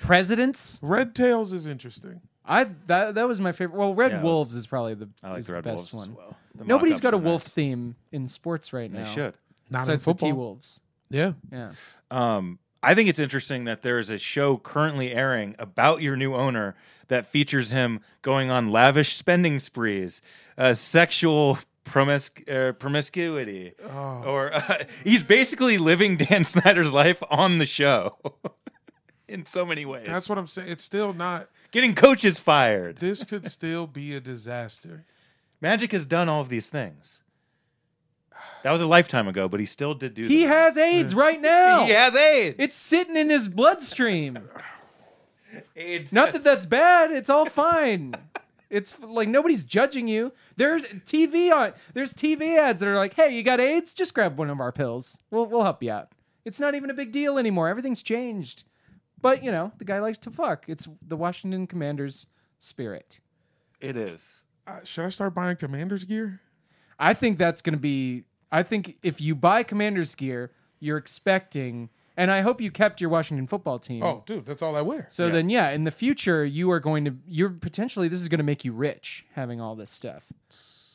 C: Presidents.
D: Red Tails is interesting.
C: I that that was my favorite. Well, Red
B: Yeah, it was-
C: Wolves is probably the,
B: I like
C: is
B: the
C: the,
B: red
C: best
B: wolves
C: one.
B: as well. The
C: Nobody's
B: mock-ups
C: got a
B: are
C: wolf
B: nice.
C: theme in sports right now.
B: They should.
D: Not
C: Except for T Wolves.
D: Yeah.
C: Yeah.
B: Um, I think it's interesting that there is a show currently airing about your new owner that features him going on lavish spending sprees, uh, sexual promisc- uh, promiscuity,
D: Oh.
C: Oh,
B: or uh, <laughs> he's basically living Dan <laughs> Snyder's life on the show <laughs> in so many ways.
D: That's what I'm saying. It's still not.
B: getting coaches fired.
D: This could still be a disaster.
B: Magic has done all of these things. That was a lifetime ago, but he still did do.
C: He
B: them.
C: has AIDS
B: <laughs>
C: right now.
B: He has AIDS.
C: It's sitting in his bloodstream.
B: AIDS. <laughs>
C: Not that that's bad. It's all fine. It's like nobody's judging you. There's TV on. There's TV ads that are like, "Hey, you got AIDS? Just grab one of our pills. We'll we'll help you out." It's not even a big deal anymore. Everything's changed. But you know, the guy likes to fuck. It's the Washington Commanders spirit.
E: It is.
D: Uh, should I start buying commander's gear?
C: I think that's going to be. I think if you buy Commanders gear, you're expecting, and I hope you kept your Washington football team.
D: Oh, dude, that's all I wear.
C: So then, yeah, in the future, you are going to, you're potentially, this is going to make you rich having all this stuff.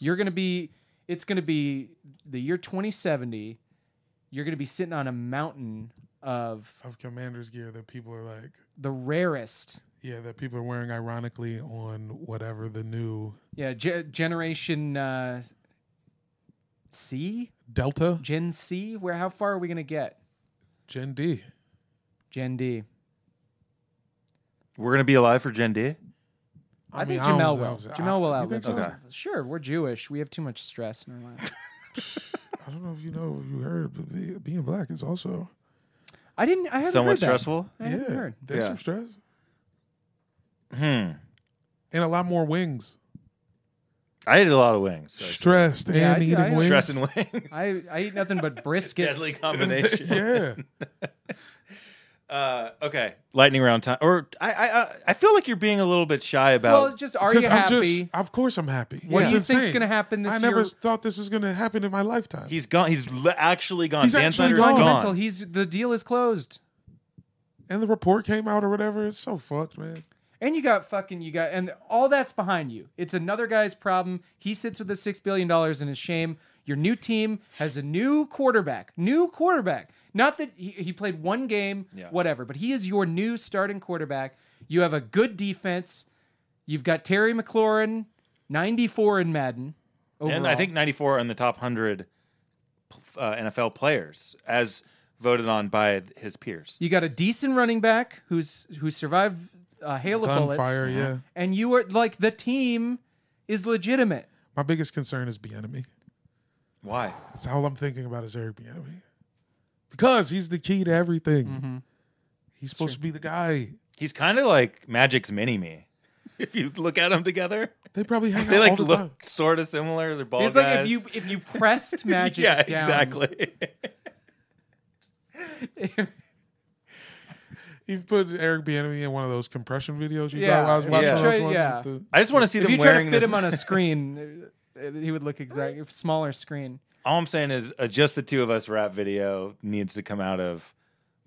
C: You're going to be, it's going to be the year 2070. You're going to be sitting on a mountain of
D: Of commander's gear that people are like,
C: the rarest,
D: yeah, that people are wearing ironically on whatever the new
C: yeah, ge- generation uh, C,
D: Delta
C: Gen C. Where, how far are we going to get?
D: Gen D.
C: Gen D.
B: We're gonna be alive for Gen D.
C: I, think
D: don't know
C: Jamel will.
D: if that was- I-
C: Jamel will
D: you think
C: outlive
D: so?
B: Okay.
C: us. Sure, we're Jewish. We have too much stress in our lives.
D: I don't know if you know if you heard, but be- being black is also
C: I didn't. I haven't
B: Somewhat
C: heard that.
B: stressful.
C: I haven't
D: yeah,
C: heard.
D: there's
B: Yeah.
D: some stress
B: Hmm.
D: and a lot more wings.
B: I ate a lot of wings. so I-
D: Stressed
C: Yeah, I
D: and
C: do-
D: eating
C: I-
D: wings.
B: Stress
D: <laughs>
B: and wings.
C: <laughs> I, I eat
B: <laughs>
C: nothing but
B: Deadly
C: <laughs> briskets.
B: combination.
D: yeah,
B: Uh, okay. Lightning round time. Or I, I I- I feel like you're being a little bit shy about.
C: Well, just are
D: 'Cause
C: you
D: I'm
C: happy?
D: just, of course, I'm happy.
C: What
D: It's
C: do you think's
D: insane.
C: gonna happen this
D: I never
C: year?
D: thought this was going to happen in my lifetime.
B: he's gone. He's le- actually gone.
D: He's
B: Dan
D: actually
B: Snyder's
D: gone.
C: Fundamental, He's the deal is closed,
D: and the report came out or whatever. It's so fucked, man.
C: and you got fucking you got, and all that's behind you. It's another guy's problem. He sits with the six billion dollars in his shame. Your new team has a new quarterback. New quarterback. Not that he, he played one game,
B: Yeah.
C: whatever, but he is your new starting quarterback. You have a good defense. You've got Terry McLaurin, ninety four in Madden. Overall.
B: And I think 94 in the top 100 uh, NFL players as voted on by his peers.
C: You got a decent running back who's who survived a hail of
D: Gunfire,
C: bullets,
D: yeah.
C: and you are like the team is legitimate.
D: My biggest concern is Bienemy.
B: Why?
D: That's all I'm thinking about is Eric Bienemy, because he's the key to everything.
C: Mm-hmm.
D: He's supposed to be the guy.
B: He's kind of like Magic's mini me. <laughs> If you look at them together,
D: They probably hang out
B: they like
D: all the
B: look
D: time.
B: sort of similar. They're bald
C: it's like
B: guys.
C: if you if you
B: <laughs>
C: pressed magic
B: yeah,
C: down, <laughs>
B: exactly. <laughs>
D: You've put Eric Bieniemy in one of those compression videos you
C: Yeah,
D: got while I was
C: if
D: watching
B: you
D: those
C: try-
D: ones.
C: yeah.
D: with the-
B: I just want to see
C: If
B: them
C: you try to
B: wearing
C: fit
B: this.
C: him
B: <laughs>
C: on a screen, uh, he would look exactly smaller screen.
B: All I'm saying is, uh, just the two of us rap video needs to come out of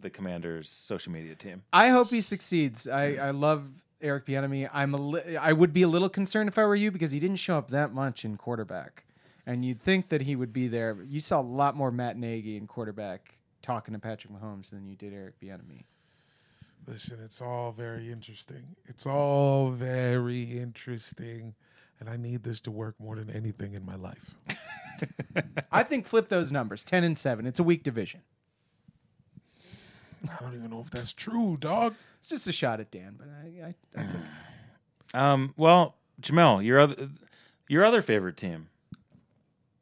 B: the commander's social media team.
C: I hope he succeeds. I, I love Eric Bieniemy. I'm a li- I would be a little concerned if I were you because he didn't show up that much in quarterback, and you'd think that he would be there. But you saw a lot more Matt Nagy in quarterback talking to Patrick Mahomes than you did Eric Bieniemy.
D: Listen, it's all very interesting. It's all very interesting. And I need this to work more than anything in my life.
C: I think flip those numbers, ten and seven. It's a weak division.
D: I don't even know if that's true, dog.
C: It's just a shot at Dan, but I, I, I take it.
B: Um, well, Jamel, your other your other favorite team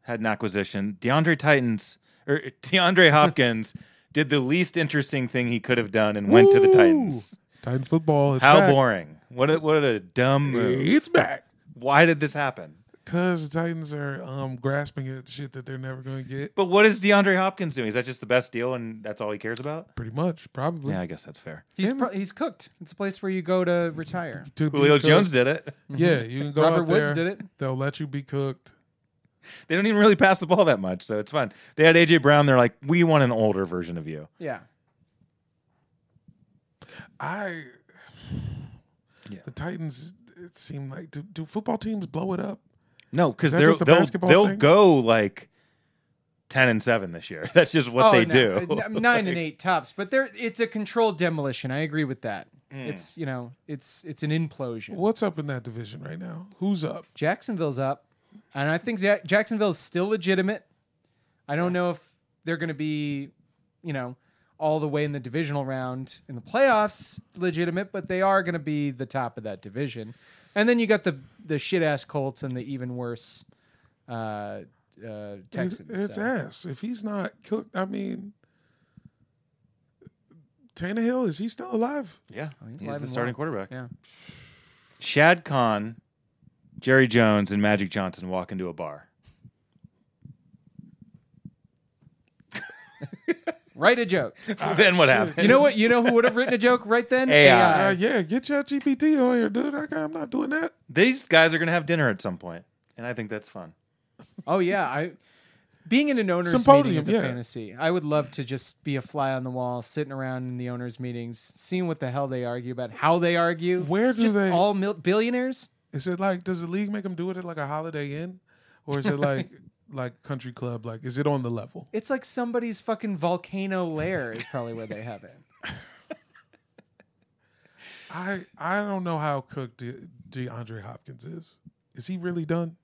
B: had an acquisition. DeAndre Titans or uh, <laughs>
C: <laughs>
B: DeAndre Hopkins did the least interesting thing he could have done and went to the Titans.
D: Titan football. It's
B: How
D: back.
B: boring! What a, what a dumb move!
D: It's back.
B: Why did this happen?
D: Because the Titans are um, grasping at shit that they're never going to get.
B: But what is DeAndre Hopkins doing? Is that just the best deal and that's all he cares about?
D: Pretty much, probably.
B: Yeah, I guess that's fair.
C: He's pro- he's cooked. It's a place where you go to retire.
D: To be
B: Julio
D: cooked.
B: Jones did it. <laughs>
D: Yeah, you can go
C: Robert
D: out there.
C: Woods did it.
D: They'll let you be cooked.
B: They don't even really pass the ball that much, so it's fun. They had AJ Brown. They're like, we want an older version of you.
C: Yeah.
D: I.
B: Yeah.
D: The Titans, it seemed like, do, do football teams blow it up?
B: No, because
D: Is that
B: they'll
D: just a
B: they'll,
D: basketball
B: they'll
D: thing?
B: go like ten and seven this year. <laughs> That's just what they
C: no.
B: do.
C: Uh,
B: <laughs>
C: n- Nine and eight tops, but there it's a controlled demolition. I agree with that.
B: Mm.
C: It's you know it's it's an implosion.
D: What's up in that division right now? Who's up?
C: Jacksonville's up, and I think Ja- Jacksonville's still legitimate. I don't know if they're going to be, you know, all the way in the divisional round in the playoffs legitimate, but they are going to be the top of that division. And then you got the the shit ass Colts and the even worse uh, uh,
D: It's-
C: Texans.
D: It's
C: so.
D: ass. If he's not cooked, I mean, Tannehill is he still alive?
B: yeah,
C: he's
B: he's
C: alive
B: the
C: and
B: starting
C: well.
B: quarterback.
C: Yeah.
B: Shad Khan Jerry Jones and Magic Johnson walk into a bar.
C: Write a joke.
B: <laughs> then what happened?
C: You know what? You know who would have written a joke right then?
B: AI.
D: Uh, yeah, get your GPT on here, dude. I, I'm not doing that.
B: These guys are going to have dinner at some point, and I think that's fun.
C: Oh yeah, I being in an owners
D: Symposium,
C: meeting is a
D: yeah.
C: fantasy. I would love to just be a fly on the wall, sitting around in the owners meetings, seeing what the hell they argue about, how they argue.
D: Where
C: It's
D: do
C: just
D: they-
C: all mil- billionaires?
D: Is it like does the league make them do it at like a Holiday Inn,
C: <laughs>
D: or is it like like country club? Like, is it on the level?
C: It's like somebody's fucking volcano lair is probably where they have it.
D: I I don't know how cooked De- DeAndre Hopkins is. Is he really done?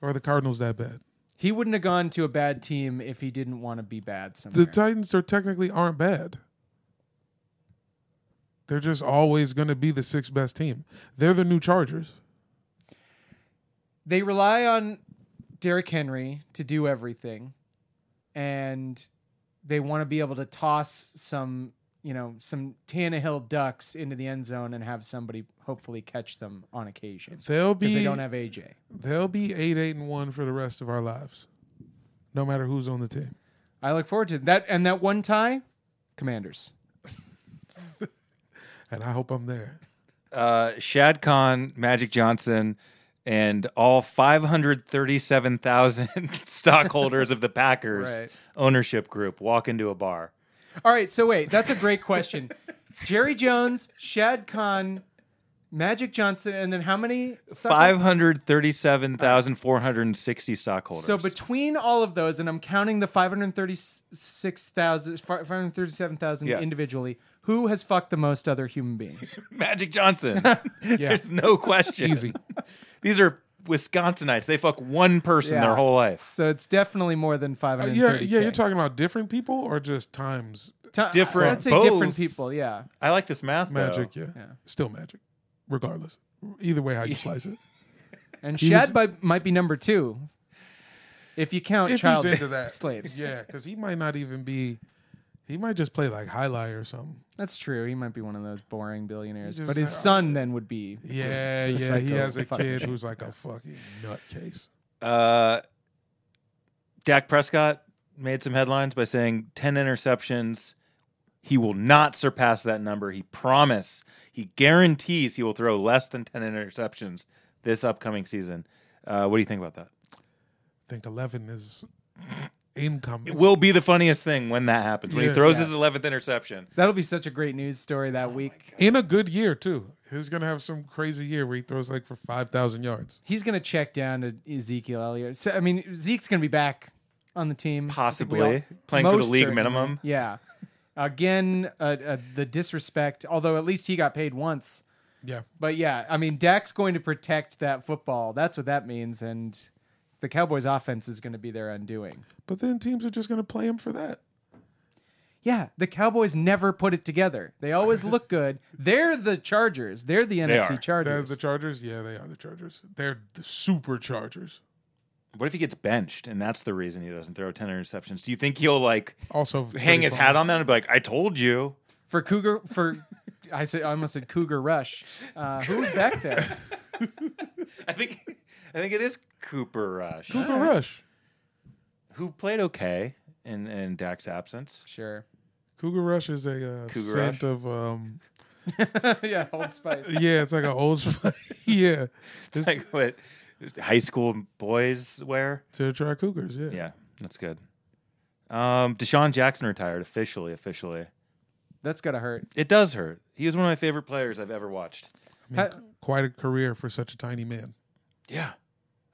D: Or are the Cardinals that bad?
C: He wouldn't have gone to a bad team if he didn't want to be bad. Somewhere.
D: The Titans are technically aren't bad. They're just always going to be the sixth best team. They're the new Chargers.
C: they rely on Derrick Henry to do everything, and they want to be able to toss some, you know, some Tannehill ducks into the end zone and have somebody hopefully catch them on occasion
D: They'll
C: because
D: be
C: they don't have AJ.
D: they'll be eight eight and one for the rest of our lives, no matter who's on the team.
C: I look forward to that and that one tie, Commanders.
D: And I hope I'm there.
B: Uh, Shad Khan, Magic Johnson, and all 537,000 <laughs> stockholders of the Packers
C: Right.
B: ownership group walk into a bar.
C: All right, so wait, that's a great
D: <laughs>
C: question. Jerry Jones, Shad Khan, Magic Johnson, and then how many? suckers?
B: 537,460 stockholders.
C: So between all of those, and I'm counting the 536,000, 537,000
B: Yeah.
C: individually, who has fucked the most other human
D: <laughs>
C: beings?
B: <laughs> Magic Johnson. <laughs> There's no question.
D: Easy.
B: <laughs> These are Wisconsinites. They fuck one person
C: Yeah.
B: their whole life.
C: so it's definitely more than
D: Uh,
C: 530.
D: yeah, yeah. You're talking about different people or just times
B: different-
C: I'd say
B: both.
C: different people, yeah.
B: I like this math. though.
D: magic? Yeah.
C: Yeah.
D: still magic, regardless. Either way, how you slice it.
C: And
D: He
C: Shad
D: was-
C: by, might be number two. If you count
D: If
C: child
D: he's into
B: <laughs>
C: <laughs>
D: that,
C: slaves.
D: Yeah, because he might not even be. He might just play like highlight or something.
C: That's true. He might be one of those boring billionaires.
D: He
C: But
D: just-
C: his son then would be.
D: Yeah,
C: The
D: yeah. He
C: psycho
D: has a
C: fucking
D: kid
C: shit.
D: who's like a fucking nutcase.
B: Uh, Dak Prescott made some headlines by saying 10 interceptions. He will not surpass that number. He promise. He guarantees he will throw less than 10 interceptions this upcoming season. Uh, what do you think about that?
D: I think eleven is incoming.
B: It will be the funniest thing when that happens. When he
D: Yeah.
B: throws his
C: Yes.
B: 11th interception.
C: That'll be such a great news story
D: Oh
C: that week.
D: in a good year too. He's gonna have some crazy year where he throws like for five thousand yards.
C: he's going to check down to Ezekiel Elliott. So, I mean, Zeke's going to be back on the team.
B: Possibly.
C: I think we
B: Playing for the
C: most
B: league
C: certainly.
B: minimum.
C: Yeah. Again, uh, uh, the disrespect, although at least he got paid once.
D: Yeah,
C: But yeah, I mean, Dak's going to protect that football. That's what that means. And the Cowboys' offense is going to be their undoing.
D: but then teams are just gonna play him for that.
C: Yeah, the Cowboys never put it together. They
B: <laughs>
C: always look good. They're the Chargers. They're the
B: are.
C: NFC
D: They're
C: Chargers.
D: the Chargers. Yeah, they are the Chargers. They're the super Chargers.
B: What if he gets benched and that's the reason he doesn't throw 10 interceptions? Do you think he'll like
D: Also,
B: hang
D: pretty
B: his
D: funny.
B: hat on that and be like, I told you?
C: for Cougar for I said I almost said Cougar Rush. Uh, who was
B: <laughs>
C: back there?
B: I think I think it is Cooper Rush.
D: Cooper Rush.
B: who played okay in in Dak's absence.
C: <laughs> Sure.
D: Cougar Rush is a uh,
B: Cougar
D: scent
B: Rush?
D: of um.
C: yeah, Old Spice.
D: Yeah, it's like an old. Spice. <laughs> yeah,
B: It's like what high school boys wear.
D: to try Cougars. Yeah.
B: Yeah, that's good. Um, Deshaun Jackson retired officially. Officially,
C: <laughs> That's gotta hurt.
B: it does hurt. He was one of my favorite players I've ever watched.
D: I mean,
C: Ha-
D: quite a career for such a tiny man.
B: Yeah,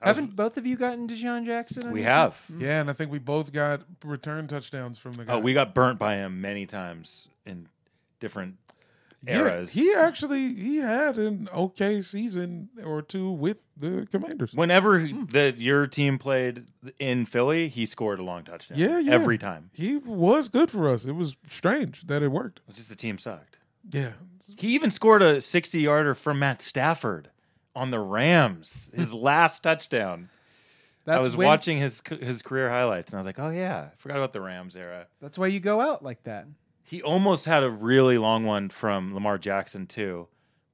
C: Haven't both of you gotten Deshaun Jackson? on
B: we
C: your
B: have.
D: Yeah, and I think we both got return touchdowns from the guy.
B: Oh, we got burnt by him many times in different
D: Yeah,
B: eras.
D: he actually he had an okay season or two with the Commanders.
B: Whenever that your team played in Philly, he scored a long touchdown.
D: Yeah, yeah.
B: every time.
D: He was good for us. It was strange that it worked.
B: It's just the team sucked.
D: Yeah,
B: He even scored a 60 yarder from Matt Stafford on the Rams, his last touchdown.
C: team? Hmm. That's
B: I was
C: when-
B: watching his his career highlights and I was like, "Oh yeah, I forgot about the Rams era."
C: That's why you go out like that.
B: He almost had a really long one from Lamar Jackson too,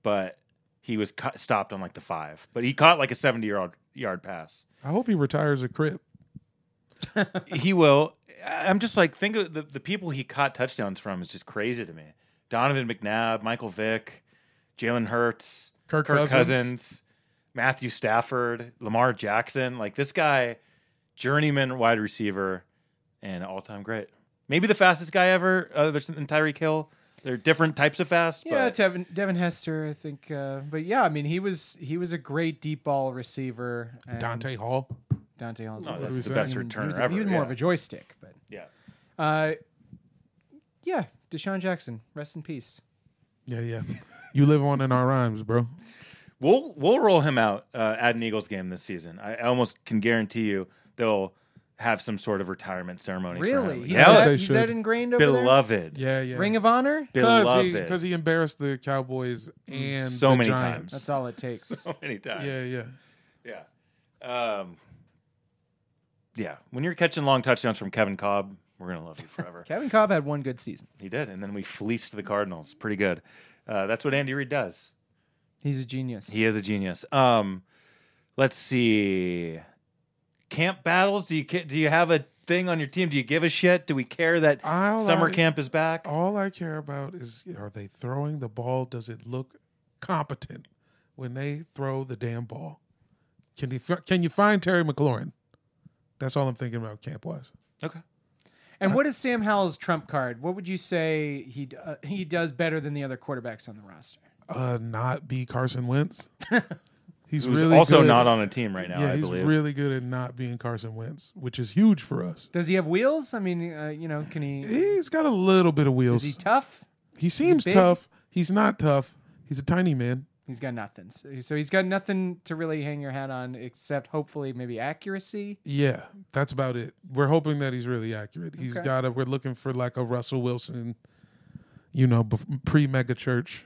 B: but he was cut, stopped on like the five, but he caught like a seventy yard yard
C: <laughs>
B: pass.
D: I hope he retires a crip.
B: he will. I'm just like think of the, the people he caught touchdowns from is just crazy to me. Donovan McNabb, Michael Vick, Jalen Hurts,
D: Kirk
B: Cousins.
D: Cousins.
B: Matthew Stafford, Lamar Jackson. Like this guy, journeyman wide receiver, and all time great. Maybe the fastest guy ever, other than Tyreek Hill. They're different types of fast.
C: Yeah,
B: but
C: Devin, Devin Hester, I think. Uh, but yeah, I mean, he was he was a great deep ball receiver. and
D: Dante Hall.
C: Dante Allen's
B: No,
C: a-
B: that's
D: was
B: the
D: that?
B: best
C: he was-
B: returner
C: he was,
B: ever.
C: He was more of
B: yeah.
C: a joystick, but
B: yeah.
C: uh, yeah, Deshaun Jackson, rest in peace.
D: Yeah, yeah. You live on in our rhymes, bro.
B: We'll we'll roll him out uh, at an Eagles game this season. I, I almost can guarantee you they'll have some sort of retirement ceremony. for him.
C: Really? He's,
D: Yeah,
C: that,
D: they
B: Yeah,
C: he's that
D: should.
C: ingrained over there?
B: beloved.
D: Yeah, yeah.
C: Ring of Honor.
D: because he,
B: Beloved.
D: 'cause he embarrassed the Cowboys and
B: So
D: the
B: many times.
D: Giants.
C: That's all
B: <laughs>
C: it takes.
B: <laughs> so many times.
D: Yeah, yeah.
B: yeah, yeah. Um, yeah. When you're catching long touchdowns from Kevin Cobb, we're gonna love you <laughs> forever.
C: Kevin Cobb had one good season.
B: he did, and then we fleeced the Cardinals. Pretty good. Uh, that's what Andy Reid does.
C: He's a genius.
B: He is a genius. Um, let's see. Camp battles. Do you ca- do you have a thing on your team? Do you give a shit? Do we care that
D: I'll-
B: summer
D: I-
B: camp is back?
D: All I care about is are they throwing the ball? Does it look competent when they throw the damn ball? Can you fi- can you find Terry McLaurin? That's all I'm thinking about camp wise.
B: Okay.
D: Uh,
C: And what is Sam Howell's trump card? What would you say he d- uh, he does better than the other quarterbacks on the roster?
D: Uh, not be
C: <laughs>
D: Carson Wentz. He's
B: Who's
D: really
B: also
D: good-
B: not on a team right now,
D: Yeah,
B: I
D: he's
B: believe.
D: really good at not being Carson Wentz, which is huge for us.
C: Does he have wheels? I mean, uh, you know, can he?
D: He's got a little bit of
C: Is
D: wheels.
C: he
D: He,
C: tough?
D: seems
C: big?
D: tough. He's not tough. He's a tiny man.
C: He's got nothing. So so he's got nothing to really hang your hat on except hopefully maybe accuracy.
D: Yeah, that's about it. We're hoping that he's really accurate. He's
C: Okay.
D: got a. We're looking for like a Russell Wilson, you know, pre mega church.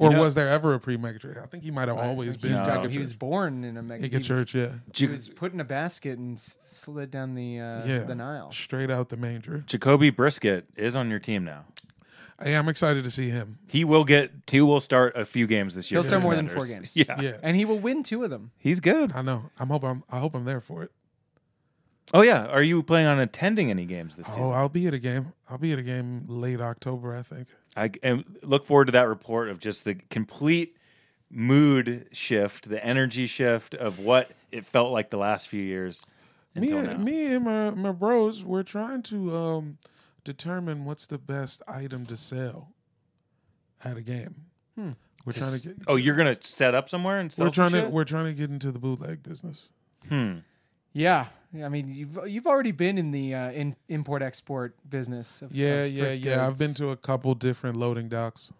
B: You
D: Or
B: know-
D: was there ever a pre mega church? I think he might have always been
B: No.
D: mega
C: He was
D: church.
C: born in a mega
D: Mega
C: he was-
D: church, yeah,
C: He was put in a basket and s- slid down the uh,
D: yeah,
C: the Nile.
D: straight out the manger.
B: Jacoby Brisket is on your team now.
D: I am excited to see him.
B: He will get. He will start a few games this year.
C: He'll
B: for
C: start
B: the
C: more than
B: Commanders.
C: four games.
B: <laughs> Yeah.
D: Yeah,
C: And he will win two of them.
B: he's good.
D: I know. I'm hope I'm. I hope I'm there for it.
B: Oh yeah. Are you planning on attending any games this
D: Oh,
B: season?
D: I'll be at a game. I'll be at a game late October, I think.
B: I and look forward to that report of just the complete mood shift, the energy shift of what it felt like the last few years
D: me,
B: until now.
D: and- me and my, my bros we're trying to um, determine what's the best item to sell at a game we're trying to get
B: oh, you're gonna set up somewhere and sell
D: we're trying
B: some
D: to
B: shit?
D: we're trying to get into the bootleg business
C: Yeah, I mean you've you've already been in the uh, in, import export business. Of,
D: yeah
C: of
D: yeah
C: thrift
D: yeah i've been
C: goods.
D: to a couple different loading docks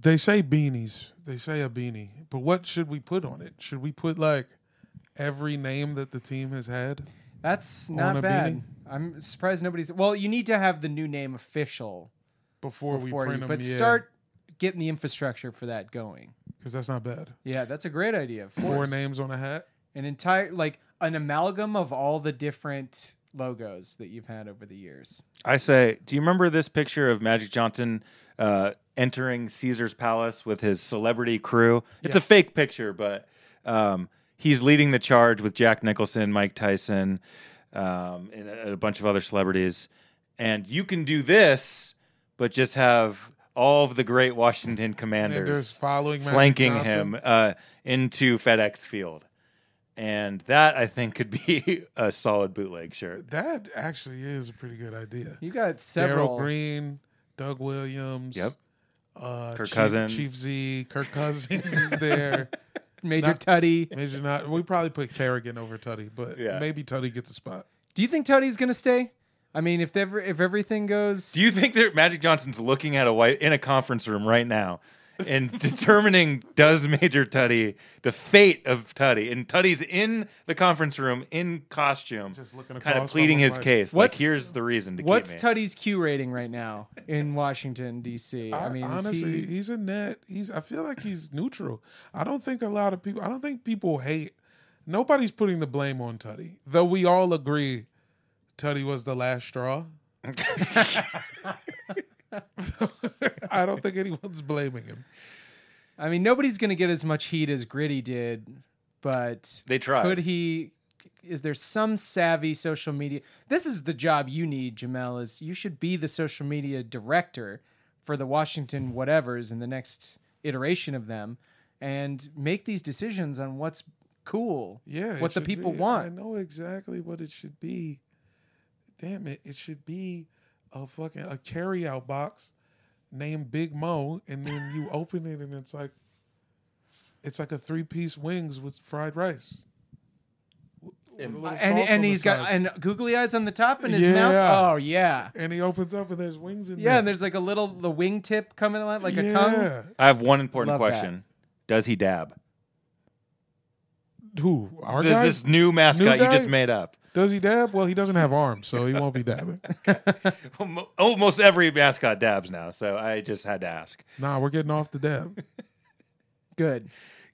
D: they say beanies they say a beanie but what should we put on it should we put like every name that the team has had
C: That's
D: on a
C: not bad.
D: beanie.
C: I'm surprised nobody's. Well, you need to have the new name official
D: before,
C: before
D: we print
C: you,
D: them
C: but start getting the infrastructure for that going.
D: because that's not bad
C: Yeah, that's a great idea. Of
D: four
C: course.
D: names on a hat
C: an entire like an amalgam of all the different logos that you've had over the years.
B: I say, do you remember this picture of Magic Johnson uh, entering Caesar's Palace with his celebrity crew? It's a fake picture, but um, he's leading the charge with Jack Nicholson, Mike Tyson, um, and a, a bunch of other celebrities. And you can do this, but just have all of the great Washington
D: Sanders
B: commanders
D: following Magic
B: flanking
D: Johnson.
B: him uh, into FedEx Field. And that, I think, could be <laughs> a solid bootleg shirt.
D: That actually is a pretty good idea.
C: You got several.
D: Daryl Green, Doug Williams.
B: Yep.
D: Uh,
B: Kirk
D: Chief,
B: Cousins.
D: Chief Z, Kirk Cousins is
B: <laughs>
D: there.
C: Major
D: Not-
C: Tutty.
D: Maybe not. We probably put Kerrigan over Tutty, but
B: Yeah.
D: maybe Tutty gets a spot.
C: Do you think Tutty's gonna stay? I mean, if ever if everything goes,
B: Do you think that Magic Johnson's looking at a white in a conference room right now
D: <laughs>
B: and determining does Major Tutty the fate of Tutty and Tutty's in the conference room in costume,
D: Just looking
B: kind of
D: across
B: pleading
D: from him
B: his
D: like-
B: case.
C: What's-
B: like here's the reason to
C: what's
B: keep me.
C: Tutty's Q rating right now in <laughs> Washington D.C.? I, mean, is
D: honestly,
C: he,
D: he's a net. He's. I feel like he's neutral. I don't think a lot of people. I don't think people hate. Nobody's putting the blame on Tutty, though. We all agree, Tutty was the last
C: <laughs>
D: straw. <laughs> I don't think anyone's blaming him.
C: I mean, nobody's going to get as much heat as Gritty did, but
B: They tried.
C: Could he? Is there some savvy social media? This is the job you need, Jamel. Is you should be the social media director for the Washington whatevers in the next iteration of them, and make these decisions on what's cool.
D: Yeah, it
C: what the
D: should
C: people
D: be- I
C: want.
D: know exactly what it should be. Damn it! It should be a fucking a carryout box named Big Mo, and then
C: <laughs>
D: you open it, and it's like it's like a three piece wings with fried rice. W- with a
B: And-
D: little
C: And
D: sauce on
C: and
D: the
C: he's got
D: side.
C: and googly eyes on the top and his
D: Yeah.
C: mouth. Oh yeah.
D: and he opens up, and there's wings in
C: Yeah, and
D: there.
C: there's like a little the wingtip coming out like a tongue.
B: I have one important
C: Love that.
B: question. Does he dab?
D: Yeah. Who our
B: Th-
D: guy?
B: this new mascot you
D: guy?
B: just made up.
D: Does he dab? Well, he doesn't have arms, so he won't
C: <laughs>
D: be dabbing.
B: Mo- Almost every mascot dabs now, so I just had to ask.
D: nah, we're getting off the dab.
C: Good.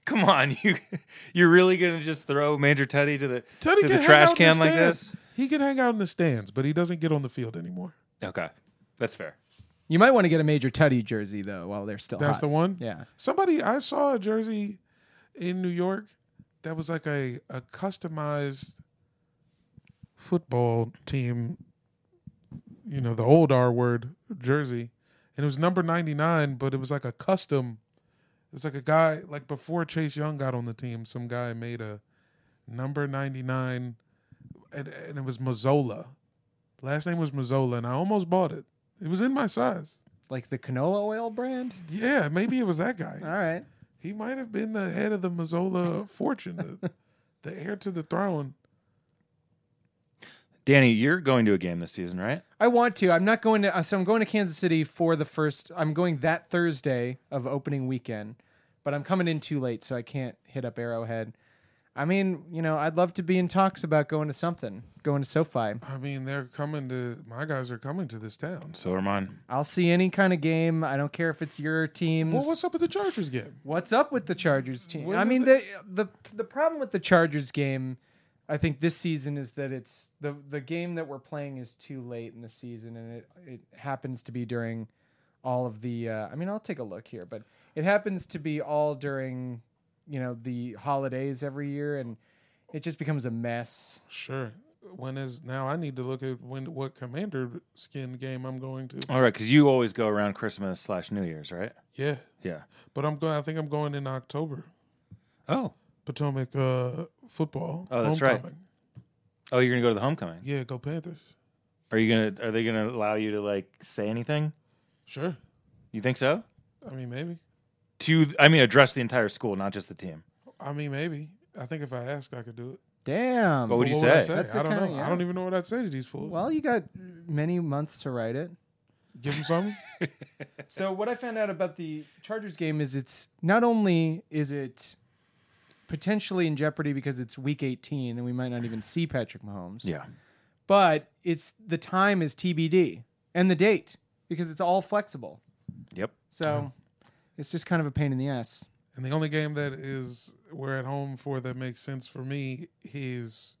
B: Come on, <laughs> you you're really gonna just throw Major Teddy to the
D: Teddy
B: to
D: can
B: the
D: hang
B: trash
D: out in the
B: can like
D: stands.
B: this?
D: He can hang out in the stands, but he doesn't get on the field anymore.
B: Okay, that's fair.
C: You might want to get a major Tutty jersey though while they're still
D: That's
C: hot.
D: the one.
C: Yeah.
D: Somebody I saw a jersey in New York that was like a a customized football team. You know the old R word jersey, and it was number ninety nine, but it was like a custom. It was like a guy like before Chase Young got on the team. Some guy made a number ninety nine, and and it was Mazzola. Last name was Mazzola, and I almost bought it. It was in my size.
C: Like the canola oil brand?
D: Yeah, maybe it was that guy.
C: All right.
D: He might have been the head of the Mazzola fortune, the, <laughs> the heir to the throne.
B: Danny, you're going to a game this season, right?
C: I want to. I'm not going to. uh, So I'm going to Kansas City for the first. I'm going that Thursday of opening weekend, but I'm coming in too late, so I can't hit up Arrowhead. I mean, you know, I'd love to be in talks about going to something, going to SoFi.
D: I mean, they're coming to my guys are coming to this town.
B: So are mine.
C: I'll see any kind of game. I don't care if it's your team's.
D: Well, what's up with the Chargers game?
C: What's up with the Chargers team?
D: Where
C: I
D: did
C: mean, the, the the problem with the Chargers game, I think this season is that it's the the game that we're playing is too late in the season, and it it happens to be during all of the. Uh, I mean, I'll take a look here, but it happens to be all during you know the holidays every year, and it just becomes a mess.
D: Sure. When is now? I need to look at when what commander skin game I'm going to.
B: All right, because you always go around Christmas slash New Year's, right?
D: Yeah,
B: Yeah.
D: but I'm going. I think I'm going in October.
B: Oh,
D: Potomac uh, football.
B: Oh, that's right. oh, you're gonna go to the homecoming.
D: Yeah, go Panthers.
B: Are you gonna? Are they gonna allow you to like say anything?
D: Sure.
B: You think so?
D: I mean, maybe.
B: To I mean, address the entire school, not just the team.
D: I mean, maybe. I think if I ask, I could do it.
C: Damn.
B: What would you
D: But
B: say?
D: I,
C: That's the
D: I don't
C: kinda-
D: know.
C: yeah.
D: I don't even know what I'd say to these fools.
C: well, you got many months to write it.
D: Give
C: <laughs>
D: them something.
C: So what I found out about the Chargers game is it's not only is it potentially in jeopardy because it's week 18 and we might not even see Patrick Mahomes.
B: Yeah.
C: But it's the time is TBD and the date because it's all flexible.
B: Yep.
C: So it's just kind of a pain in the ass.
D: And the only game that is we're at home for that makes sense for me is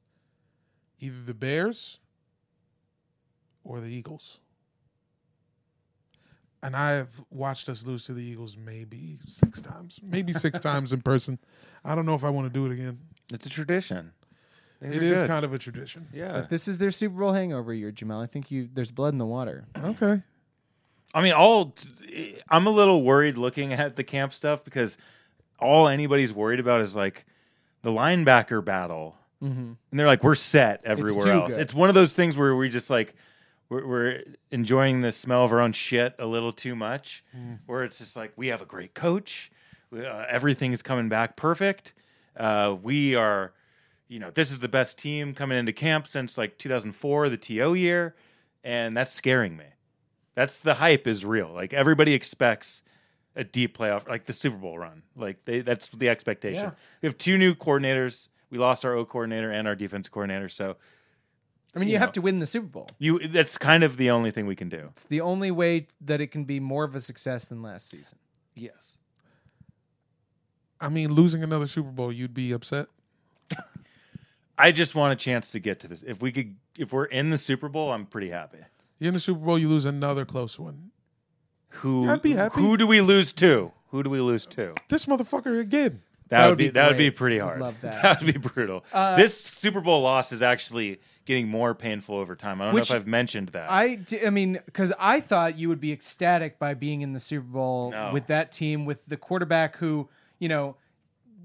D: either the Bears or the Eagles. And I've watched us lose to the Eagles maybe six times,
B: <laughs>
D: maybe six times in person. I don't know if I want to do it again.
B: It's a tradition. Things
D: It
B: are
D: is
B: good.
D: kind of a tradition.
B: Yeah.
C: But this is their Super Bowl hangover year, Jamel. I think you there's blood in the water.
D: Okay.
B: I mean, all I'm a little worried looking at the camp stuff because all anybody's worried about is like the linebacker battle,
C: Mm-hmm.
B: and they're like, we're set everywhere
C: too
B: else.
C: good.
B: It's one of those things where we just like we're, we're enjoying the smell of our own shit a little too much,
C: Mm.
B: where it's just like we have a great coach, uh, everything's coming back perfect, uh, we are. You know, this is the best team coming into camp since like 2004, the TO year, and that's scaring me. That's the hype is real. Like everybody expects a deep playoff, like the Super Bowl run. Like they, that's the expectation.
C: Yeah.
B: We have two new coordinators. We lost our O coordinator and our defense coordinator. So
C: I mean, you have to win the Super Bowl.
B: you, that's kind of the only thing we can do.
C: It's the only way that it can be more of a success than last season.
B: Yes.
D: I mean, losing another Super Bowl, you'd be upset.
B: I just want a chance to get to this. If we could, if we're in the Super Bowl, I'm pretty happy.
D: You're in the Super Bowl, you lose another close one.
B: Who?
D: I'd be happy.
B: Who do we lose to? Who Who do we lose to?
D: This motherfucker again.
B: That, would be, that would be
C: great.
B: pretty
C: I'd
B: hard.
C: love
B: <laughs>
C: that. Uh,
B: would be brutal. this Super Bowl loss is actually getting more painful over time. I don't
C: Which-
B: know if I've mentioned that.
C: I, d- I mean, because I thought you would be ecstatic by being in the Super Bowl
B: No.
C: with that team, with the quarterback who, you know,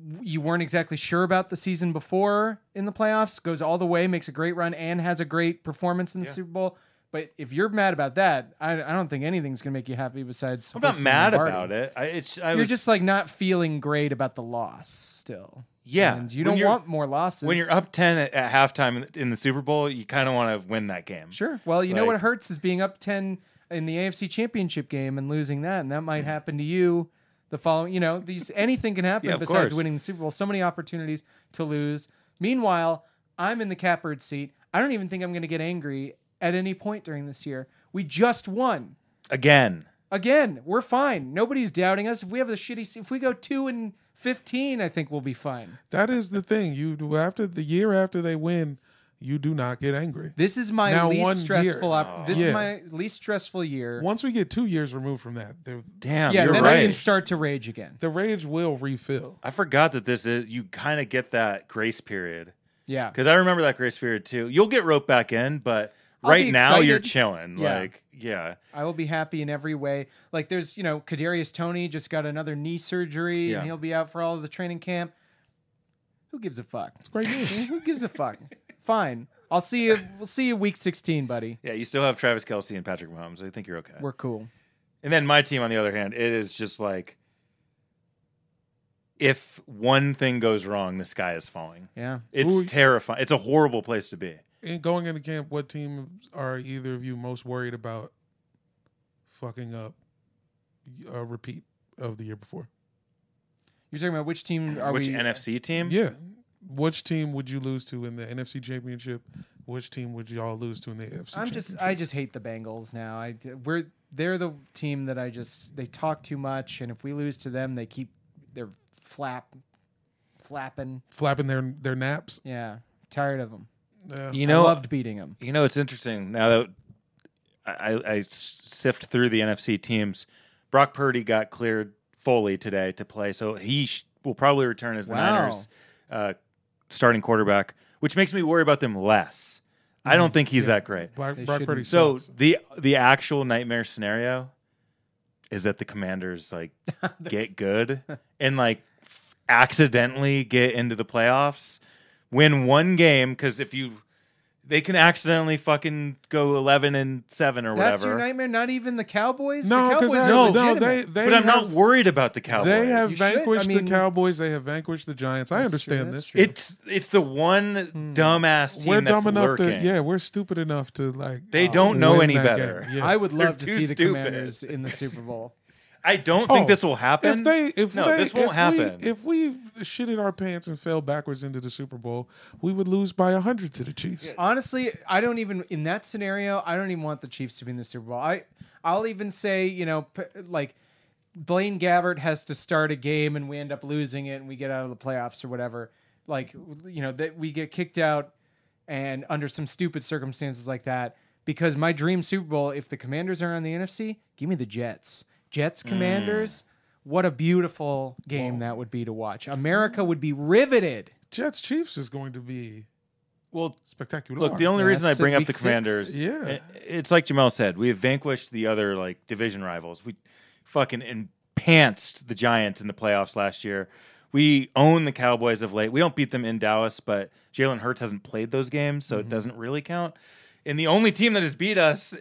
C: w- you weren't exactly sure about the season before in the playoffs, goes all the way, makes a great run, and has a great performance in the Super Bowl. But if you're mad about that, I, I don't think anything's going to make you happy besides.
B: I'm not
C: hosting a
B: mad
C: party.
B: about it. I, it's I
C: You're
B: was,
C: just like not feeling great about the loss still.
B: Yeah,
C: And you
B: when
C: don't
B: you're-
C: want more losses.
B: when you're up ten at, at halftime in- in the Super Bowl, you kind of want to win that game.
C: Sure. Well, you know
B: Like-
C: what hurts is being up 10 in the AFC Championship game and losing that, and that
B: Mm-hmm.
C: might happen to you the following, you know, these anything can happen
B: Yeah, of
C: besides
B: course.
C: winning the Super Bowl. So many opportunities to lose. Meanwhile, I'm in the catbird seat. I don't even think I'm going to get angry at any point during this year. We just won.
B: again.
C: Again, we're fine. Nobody's doubting us. If we have the shitty se- if we go 2 and 15, I think we'll be fine.
D: That is the thing. You do after the year after they win, you do not get angry.
C: This is my
D: Now one
C: least
D: year.
C: stressful op- this
D: Yeah.
C: is my least stressful year.
D: Once we get two years removed from that, the,
B: Damn,
C: yeah,
B: you're
C: then
B: right.
C: I can start to rage again.
D: the rage will refill.
B: I forgot that this is you kind of get that grace period
C: Yeah.
B: because I remember that grace period too. You'll get roped back in, but
C: I'll
B: right
C: be
B: now you're
C: excited.
B: chilling.
C: Yeah.
B: Like, yeah,
C: I will be happy in every way. Like there's, you know, Kadarius Tony just got another knee surgery
B: Yeah.
C: and he'll be out for all of the training camp. Who gives a fuck? <laughs>
D: It's great news.
C: Who gives a fuck? Fine. I'll see you we'll see you week 16, buddy.
B: yeah. You still have Travis Kelsey and Patrick Mahomes. I think you're okay.
C: We're cool.
B: And then my team, on the other hand, it is just like if one thing goes wrong, the sky is falling.
C: Yeah.
B: It's
D: Ooh.
B: terrifying. It's a horrible place to be.
D: in going into camp, what team are either of you most worried about fucking up a repeat of the year before?
C: You're talking about which team are
B: Which
C: we
B: NFC team?
D: Yeah. Which team would you lose to in the NFC Championship? Which team would y'all lose to in the AFC?
C: I'm just I just hate the Bengals now. I we're they're the team that I just they talk too much and if we lose to them, they keep their flap flapping.
D: flapping their their naps.
C: Yeah. Tired of them.
D: Yeah.
B: You
C: I
B: know,
C: loved beating them.
B: you know, it's interesting now that I, I- I s- sift through the NFC teams. Brock Purdy got cleared fully today to play, so he sh- will probably return as the
C: Wow.
B: Niners uh, starting quarterback, which makes me worry about them less. I
C: Mm.
B: don't think he's that great.
D: Black,
C: They
D: Brock
C: shouldn't.
D: Purdy.
B: So
D: sucks.
B: the the actual nightmare scenario is that the commanders like
D: <laughs>
B: get good and like accidentally get into the playoffs, win one game because if you they can accidentally fucking go eleven and seven or
C: That's your
B: whatever.
C: nightmare. Not even the Cowboys.
D: no,
C: the
D: because
C: Cowboys are
D: no, no,
C: legitimate.
D: they they
B: but I'm not
D: have,
B: worried about the Cowboys.
D: they have
C: You should. I
D: vanquished
C: mean-
D: the Cowboys. They have vanquished the Giants. I
C: That's
D: understand
C: true,
D: this.
C: that's true.
B: it's it's the one dumbass team
D: Hmm. we're
B: that's
D: dumb enough to
B: lurking.
D: yeah, we're stupid enough to like.
B: They
D: uh,
B: don't know
D: win
B: any
D: that
B: better.
D: game. Yeah.
C: I would
B: They're
C: love to
B: too
C: see the
B: stupid.
C: Commanders in the Super Bowl.
B: I don't think
D: Oh,
B: this will happen.
D: If they, if
B: no,
D: they,
B: this won't
D: if
B: happen.
D: We, if we shitted our pants and fell backwards into the Super Bowl, we would lose by hundred to the Chiefs.
C: Honestly, I don't even in that scenario. I don't even want the Chiefs to be in the Super Bowl. I I'll even say you know p- like Blaine Gabbert has to start a game and we end up losing it and we get out of the playoffs or whatever. Like you know that we get kicked out and under some stupid circumstances like that. Because my dream Super Bowl, if the Commanders are on the NFC, give me the Jets. Jets Commanders. What a beautiful game that would be to watch. America would be riveted.
D: Jets Chiefs is going to be
B: well,
D: spectacular.
B: Look, the only
C: Yeah,
B: reason I
C: that's
B: bring
C: in
B: up
C: week
B: the
C: six.
B: Commanders,
D: Yeah.
B: i- it's like Jamel said, we have vanquished the other like division rivals. We fucking and pantsed the Giants in the playoffs last year. We own the Cowboys of late. We don't beat them in Dallas, but Jalen Hurts hasn't played those games,
C: Mm-hmm.
B: so it doesn't really count. And the only team that has beat us,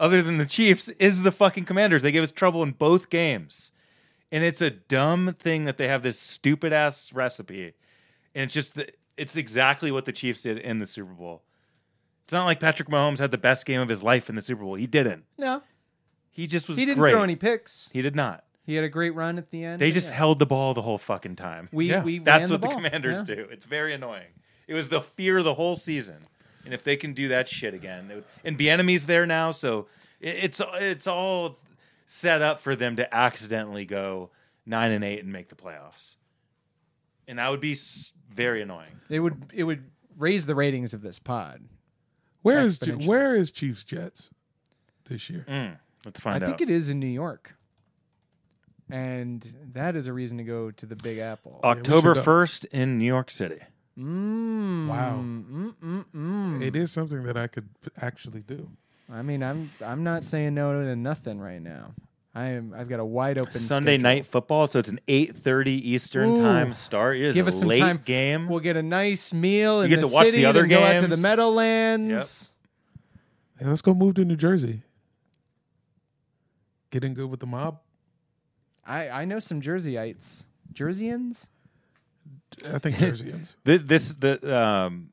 B: other than the Chiefs, is the fucking Commanders. They gave us trouble in both games. And it's a dumb thing that they have this stupid ass recipe. And it's just, the, it's exactly what the Chiefs did in the Super Bowl. It's not like Patrick Mahomes had the best game of his life in the Super Bowl. He didn't.
C: No,
B: He just was
C: he didn't
B: great.
C: throw any picks.
B: He did not.
C: He had a great run at the end.
B: They just
C: Yeah.
B: held the ball the whole fucking time.
C: we
D: Yeah.
C: we
B: That's
C: ran
B: what the,
C: the, ball.
B: commanders
C: Yeah.
B: do. It's very annoying. It was the fear the whole season. And if they can do that shit again, it would, and Biennemy's there now, so it, it's it's all set up for them to accidentally go 9 and 8 and make the playoffs. And that would be s- very annoying.
C: It would it would raise the ratings of this pod.
D: where is Ju-
C: exponentially.
D: where is Chiefs Jets this year?
B: Mm, Let's find
C: I
B: out.
C: think it is in New York. and that is a reason to go to the Big Apple.
B: October
D: go.
B: 1st in New York City.
C: Mm,
D: Wow.
C: Mm, mm, mm.
D: It is something that I could p- actually do.
C: I mean, I'm I'm not saying no to nothing right now. I am. I've got a wide open
B: Sunday
C: schedule.
B: night football, so it's an 8:30 Eastern
C: Ooh.
B: time start. It is
C: Give
B: a
C: us some
B: late
C: time.
B: game.
C: We'll get a nice meal in
B: get
C: the
B: to watch the
C: city.
B: other
C: then go out to the
B: games.
C: Meadowlands.
D: Hey, let's go move to New Jersey. Get in good with the mob.
C: I I know some Jerseyites, Jerseyans.
D: I think Jerseyans.
B: Th- This, the um,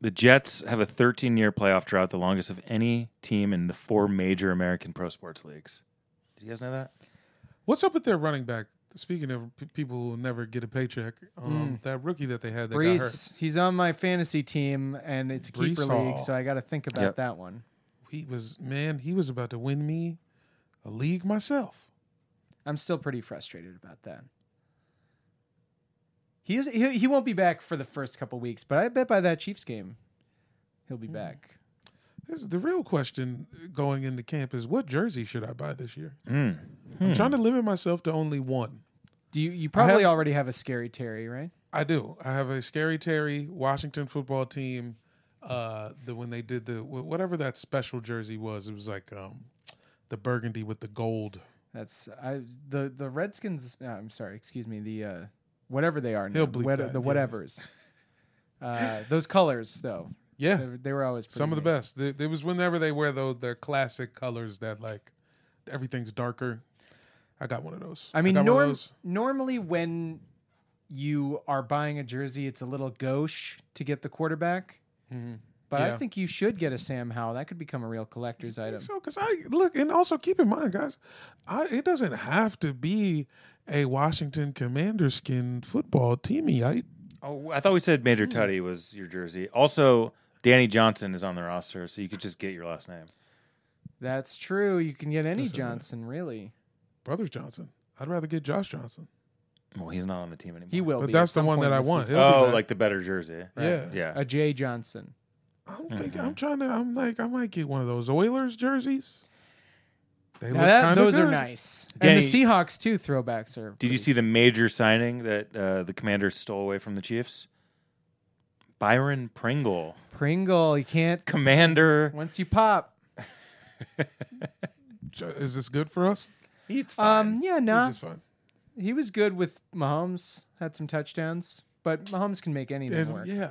B: the Jets have a 13-year playoff drought, the longest of any team in the four major American pro sports leagues. Did you guys know that?
D: What's up with their running back? Speaking of p- people who never get a paycheck, um, that rookie that they had that got hurt,
C: Brees, he's on my fantasy team, and it's a
D: Brees
C: keeper
D: Hall.
C: league, so I got to think about
B: Yep.
C: that one.
D: he was man, he was about to win me a league myself.
C: I'm still pretty frustrated about that. He is, he, he won't be back for the first couple weeks, but I bet by that Chiefs game, he'll
D: Hmm.
C: be back.
D: This is the real question going into camp is what jersey should I buy this year?
C: Hmm.
B: Mm.
D: I'm trying to limit myself to only one.
C: Do you? You probably
D: have-
C: already have a scary Terry, right?
D: I do. I have a scary Terry Washington football team. Uh, the when they did the wh- whatever that special jersey was, it was like um, the burgundy with the gold
C: That's I the the Redskins. No, I'm sorry, excuse me. The uh, whatever they are, now,
D: He'll bleep
C: what-
D: that,
C: the
D: yeah. <laughs>
C: whatever's. Uh, those colors, though,
D: Yeah,
C: they, were- they were always pretty
D: some of the
C: amazing.
D: best. Th- It was whenever they wear those their classic colors that like everything's darker. I got one of those.
C: I mean,
D: got one of
C: norm-
D: those.
C: normally when you are buying a jersey, it's a little gauche to get the quarterback. But I
D: Mm-hmm. Yeah.
C: think you should get a Sam Howell. That could become a real collector's item.
D: So, because I look, and also keep in mind, guys, I, it doesn't have to be a Washington Commander skin football teamy. I,
B: Oh, I thought we said
C: Hmm.
B: Major Tutty was your jersey. Also, Danny Johnson is on the roster, so you could just get your last name.
C: That's true. You can get any
D: That's okay.
C: Johnson, really.
D: Brothers Johnson. I'd rather get Josh Johnson,
B: Well, he's not on the team anymore.
C: He will.
D: but
C: be
D: that's
C: at
D: the
C: some
D: one
C: point
D: that I
C: this
D: want.
C: season.
D: He'll be
B: Oh,
D: back.
B: like the better jersey.
D: yeah,
B: Yeah.
C: A Jay Johnson.
D: I'm
B: Mm-hmm.
D: thinking, I'm trying to, I'm like, I might get one of those Oilers jerseys. They
C: Now that-
D: kinda
C: those are
D: good.
C: nice.
B: Danny-
C: and the Seahawks too. Throwbacks are.
B: Did you
C: pretty
B: see the major signing that uh, the Commanders stole away from the Chiefs? Byron Pringle,
C: Pringle? You can't.
B: Commander.
C: Once you pop.
D: Jo- Is this good for us?
B: He's fine.
C: Um. Yeah.
D: Nah.
C: No.
D: It's fine.
C: He was good with Mahomes. Had some touchdowns, but Mahomes can make anything
D: And,
C: work.
D: yeah,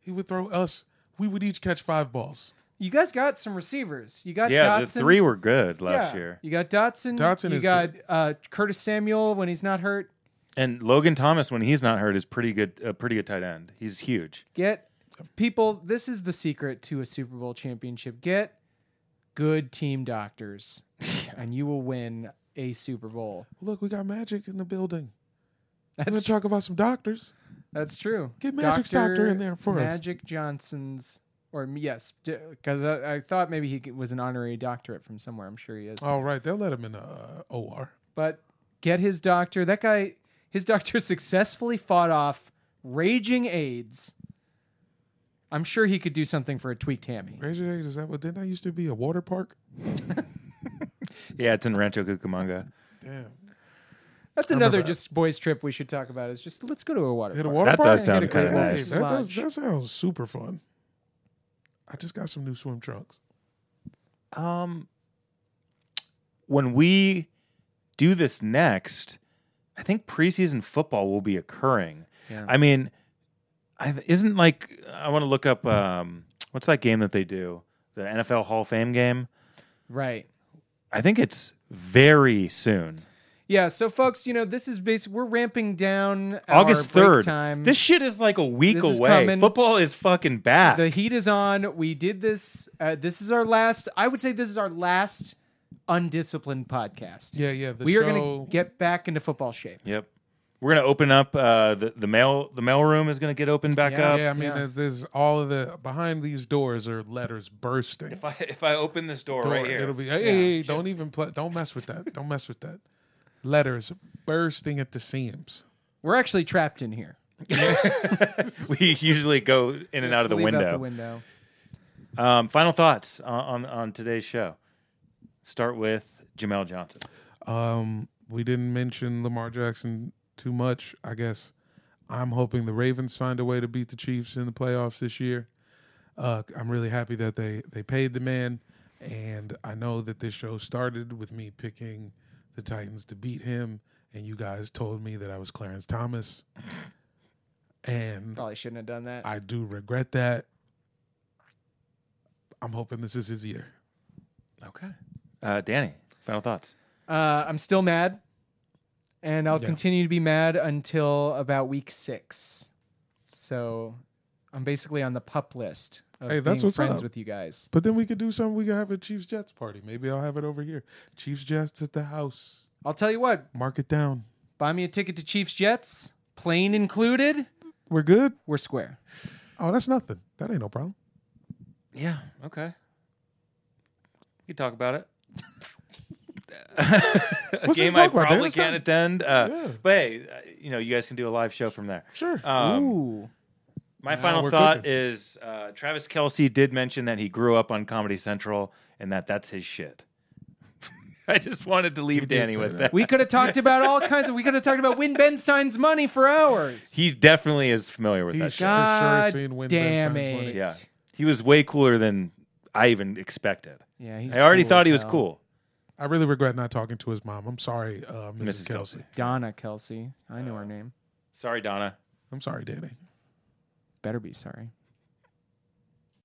D: he would throw us. We would each catch five balls.
C: You guys got some receivers. You got
B: yeah,
C: Dotson.
B: the three were good last
C: Yeah.
B: year,
C: You got Dotson.
D: Dotson
C: you
D: is
C: got uh, Curtis Samuel when he's not hurt.
B: and Logan Thomas, when he's not hurt, is pretty good. A pretty good tight end. He's huge.
C: Get people. This is the secret to a Super Bowl championship. Get good
B: <laughs>
C: team doctors, and you will win a Super Bowl.
D: Look, we got magic in the building. We're gonna
C: That's tr-
D: talk about some doctors.
C: that's true.
D: Get Magic's doctor in there for us.
C: Magic Johnson's. Or yes, because I, I thought maybe he g- was an honorary doctorate from somewhere. I'm sure he is.
D: All right, they'll let him in the uh, OR.
C: but get his doctor. That guy, his <laughs> doctor successfully fought off raging AIDS. I'm sure he could do something for a tweaked hammy.
D: Razor Eggs, is that what? Didn't that used to be a water park?
B: Yeah, it's in Rancho Cucamonga.
D: Damn.
C: That's another just boys trip we should talk about. Is just let's go to a water
D: Hit a
C: park.
D: water
B: That
D: park?
B: does sound
D: Hit a
B: kinda
D: water park.
B: nice.
D: That,
C: Lodge.
D: does, that sounds super fun. I just got some new swim trunks.
B: Um, when we do this next, I think preseason football will be occurring.
C: Yeah.
B: I mean, I th- isn't like I want to look up um, what's that game that they do? The NFL Hall of Fame game.
C: Right.
B: I think it's very soon.
C: Yeah. So folks, you know this is basically we're ramping down our
B: August
C: break
B: third.
C: time.
B: This shit is like a week
C: This is
B: away.
C: coming.
B: Football is fucking back.
C: the heat is on. We did this. Uh, this is our last. I would say this is our last undisciplined podcast.
D: Yeah, yeah. The
C: we are
D: show-
C: going to get back into football shape.
B: yep. We're gonna open up uh, the the mail. The mail room is gonna get opened back
C: Yeah.
B: up.
D: Yeah, I mean,
C: Yeah.
D: there's all of the behind these doors are letters bursting.
B: If I if I open this door,
D: Door,
B: right here,
D: It'll be hey, hey, hey, don't even play, don't mess with that. Don't mess with that. Letters bursting at the seams.
C: We're actually trapped in here.
B: <laughs> we usually go in and out of the
C: Leave it
B: window.
C: Out the window.
B: Um, final thoughts on, on on today's show. Start with Jamel Johnson.
D: Um, we didn't mention Lamar Jackson too much. I guess I'm hoping the Ravens find a way to beat the Chiefs in the playoffs this year. Uh, I'm really happy that they they paid the man, and I know that this show started with me picking the Titans to beat him, and you guys told me that I was Clarence Thomas, and
C: Probably shouldn't have done that.
D: I do regret that. I'm hoping this is his year.
B: Okay. Uh, Danny, final thoughts.
C: Uh, I'm still mad, and I'll
D: Yeah.
C: continue to be mad until about week six. So I'm basically on the pup list of
D: Hey, that's
C: being
D: what's
C: friends
D: up.
C: with you guys.
D: But then we could do something. We could have a Chiefs Jets party. Maybe I'll have it over here. Chiefs Jets at the house.
C: I'll tell you what,
D: Mark it down.
C: buy me a ticket to Chiefs Jets, plane included.
D: We're good.
C: We're square.
D: Oh, that's nothing. That ain't no problem.
B: Yeah. Okay. We can talk about it. a
D: What's there to
B: game
D: talk
B: I
D: about, Dan?
B: probably
D: It's
B: can't
D: not-
B: attend. Uh,
D: Yeah.
B: But hey, uh, you know, you guys can do a live show from there.
D: Sure.
B: Um,
C: Ooh.
B: My
D: Now
B: final
D: we're
B: thought
D: cooking.
B: is uh, Travis Kelsey did mention that he grew up on Comedy Central and that that's his shit. <laughs> I just wanted to leave
D: did
B: Danny
D: say
B: with that.
D: that.
C: We could have talked about all kinds of. We could have talked about Win Ben Stein's money for hours.
B: He definitely is familiar with
D: He
B: that
D: sh-
B: shit.
C: God
D: seen Win Ben
C: damn
D: Stein's money.
C: it.
B: Yeah. He was way cooler than I even expected.
C: Yeah, he's
B: I already
C: cool
B: thought
C: as
B: he was
C: hell.
B: cool.
D: I really regret not talking to his mom. I'm sorry, uh, Mrs.
B: Mrs.
D: Kelsey.
B: Kelsey.
C: Donna Kelsey. I know her name.
B: Sorry, Donna.
D: I'm sorry, Danny.
C: Better be sorry.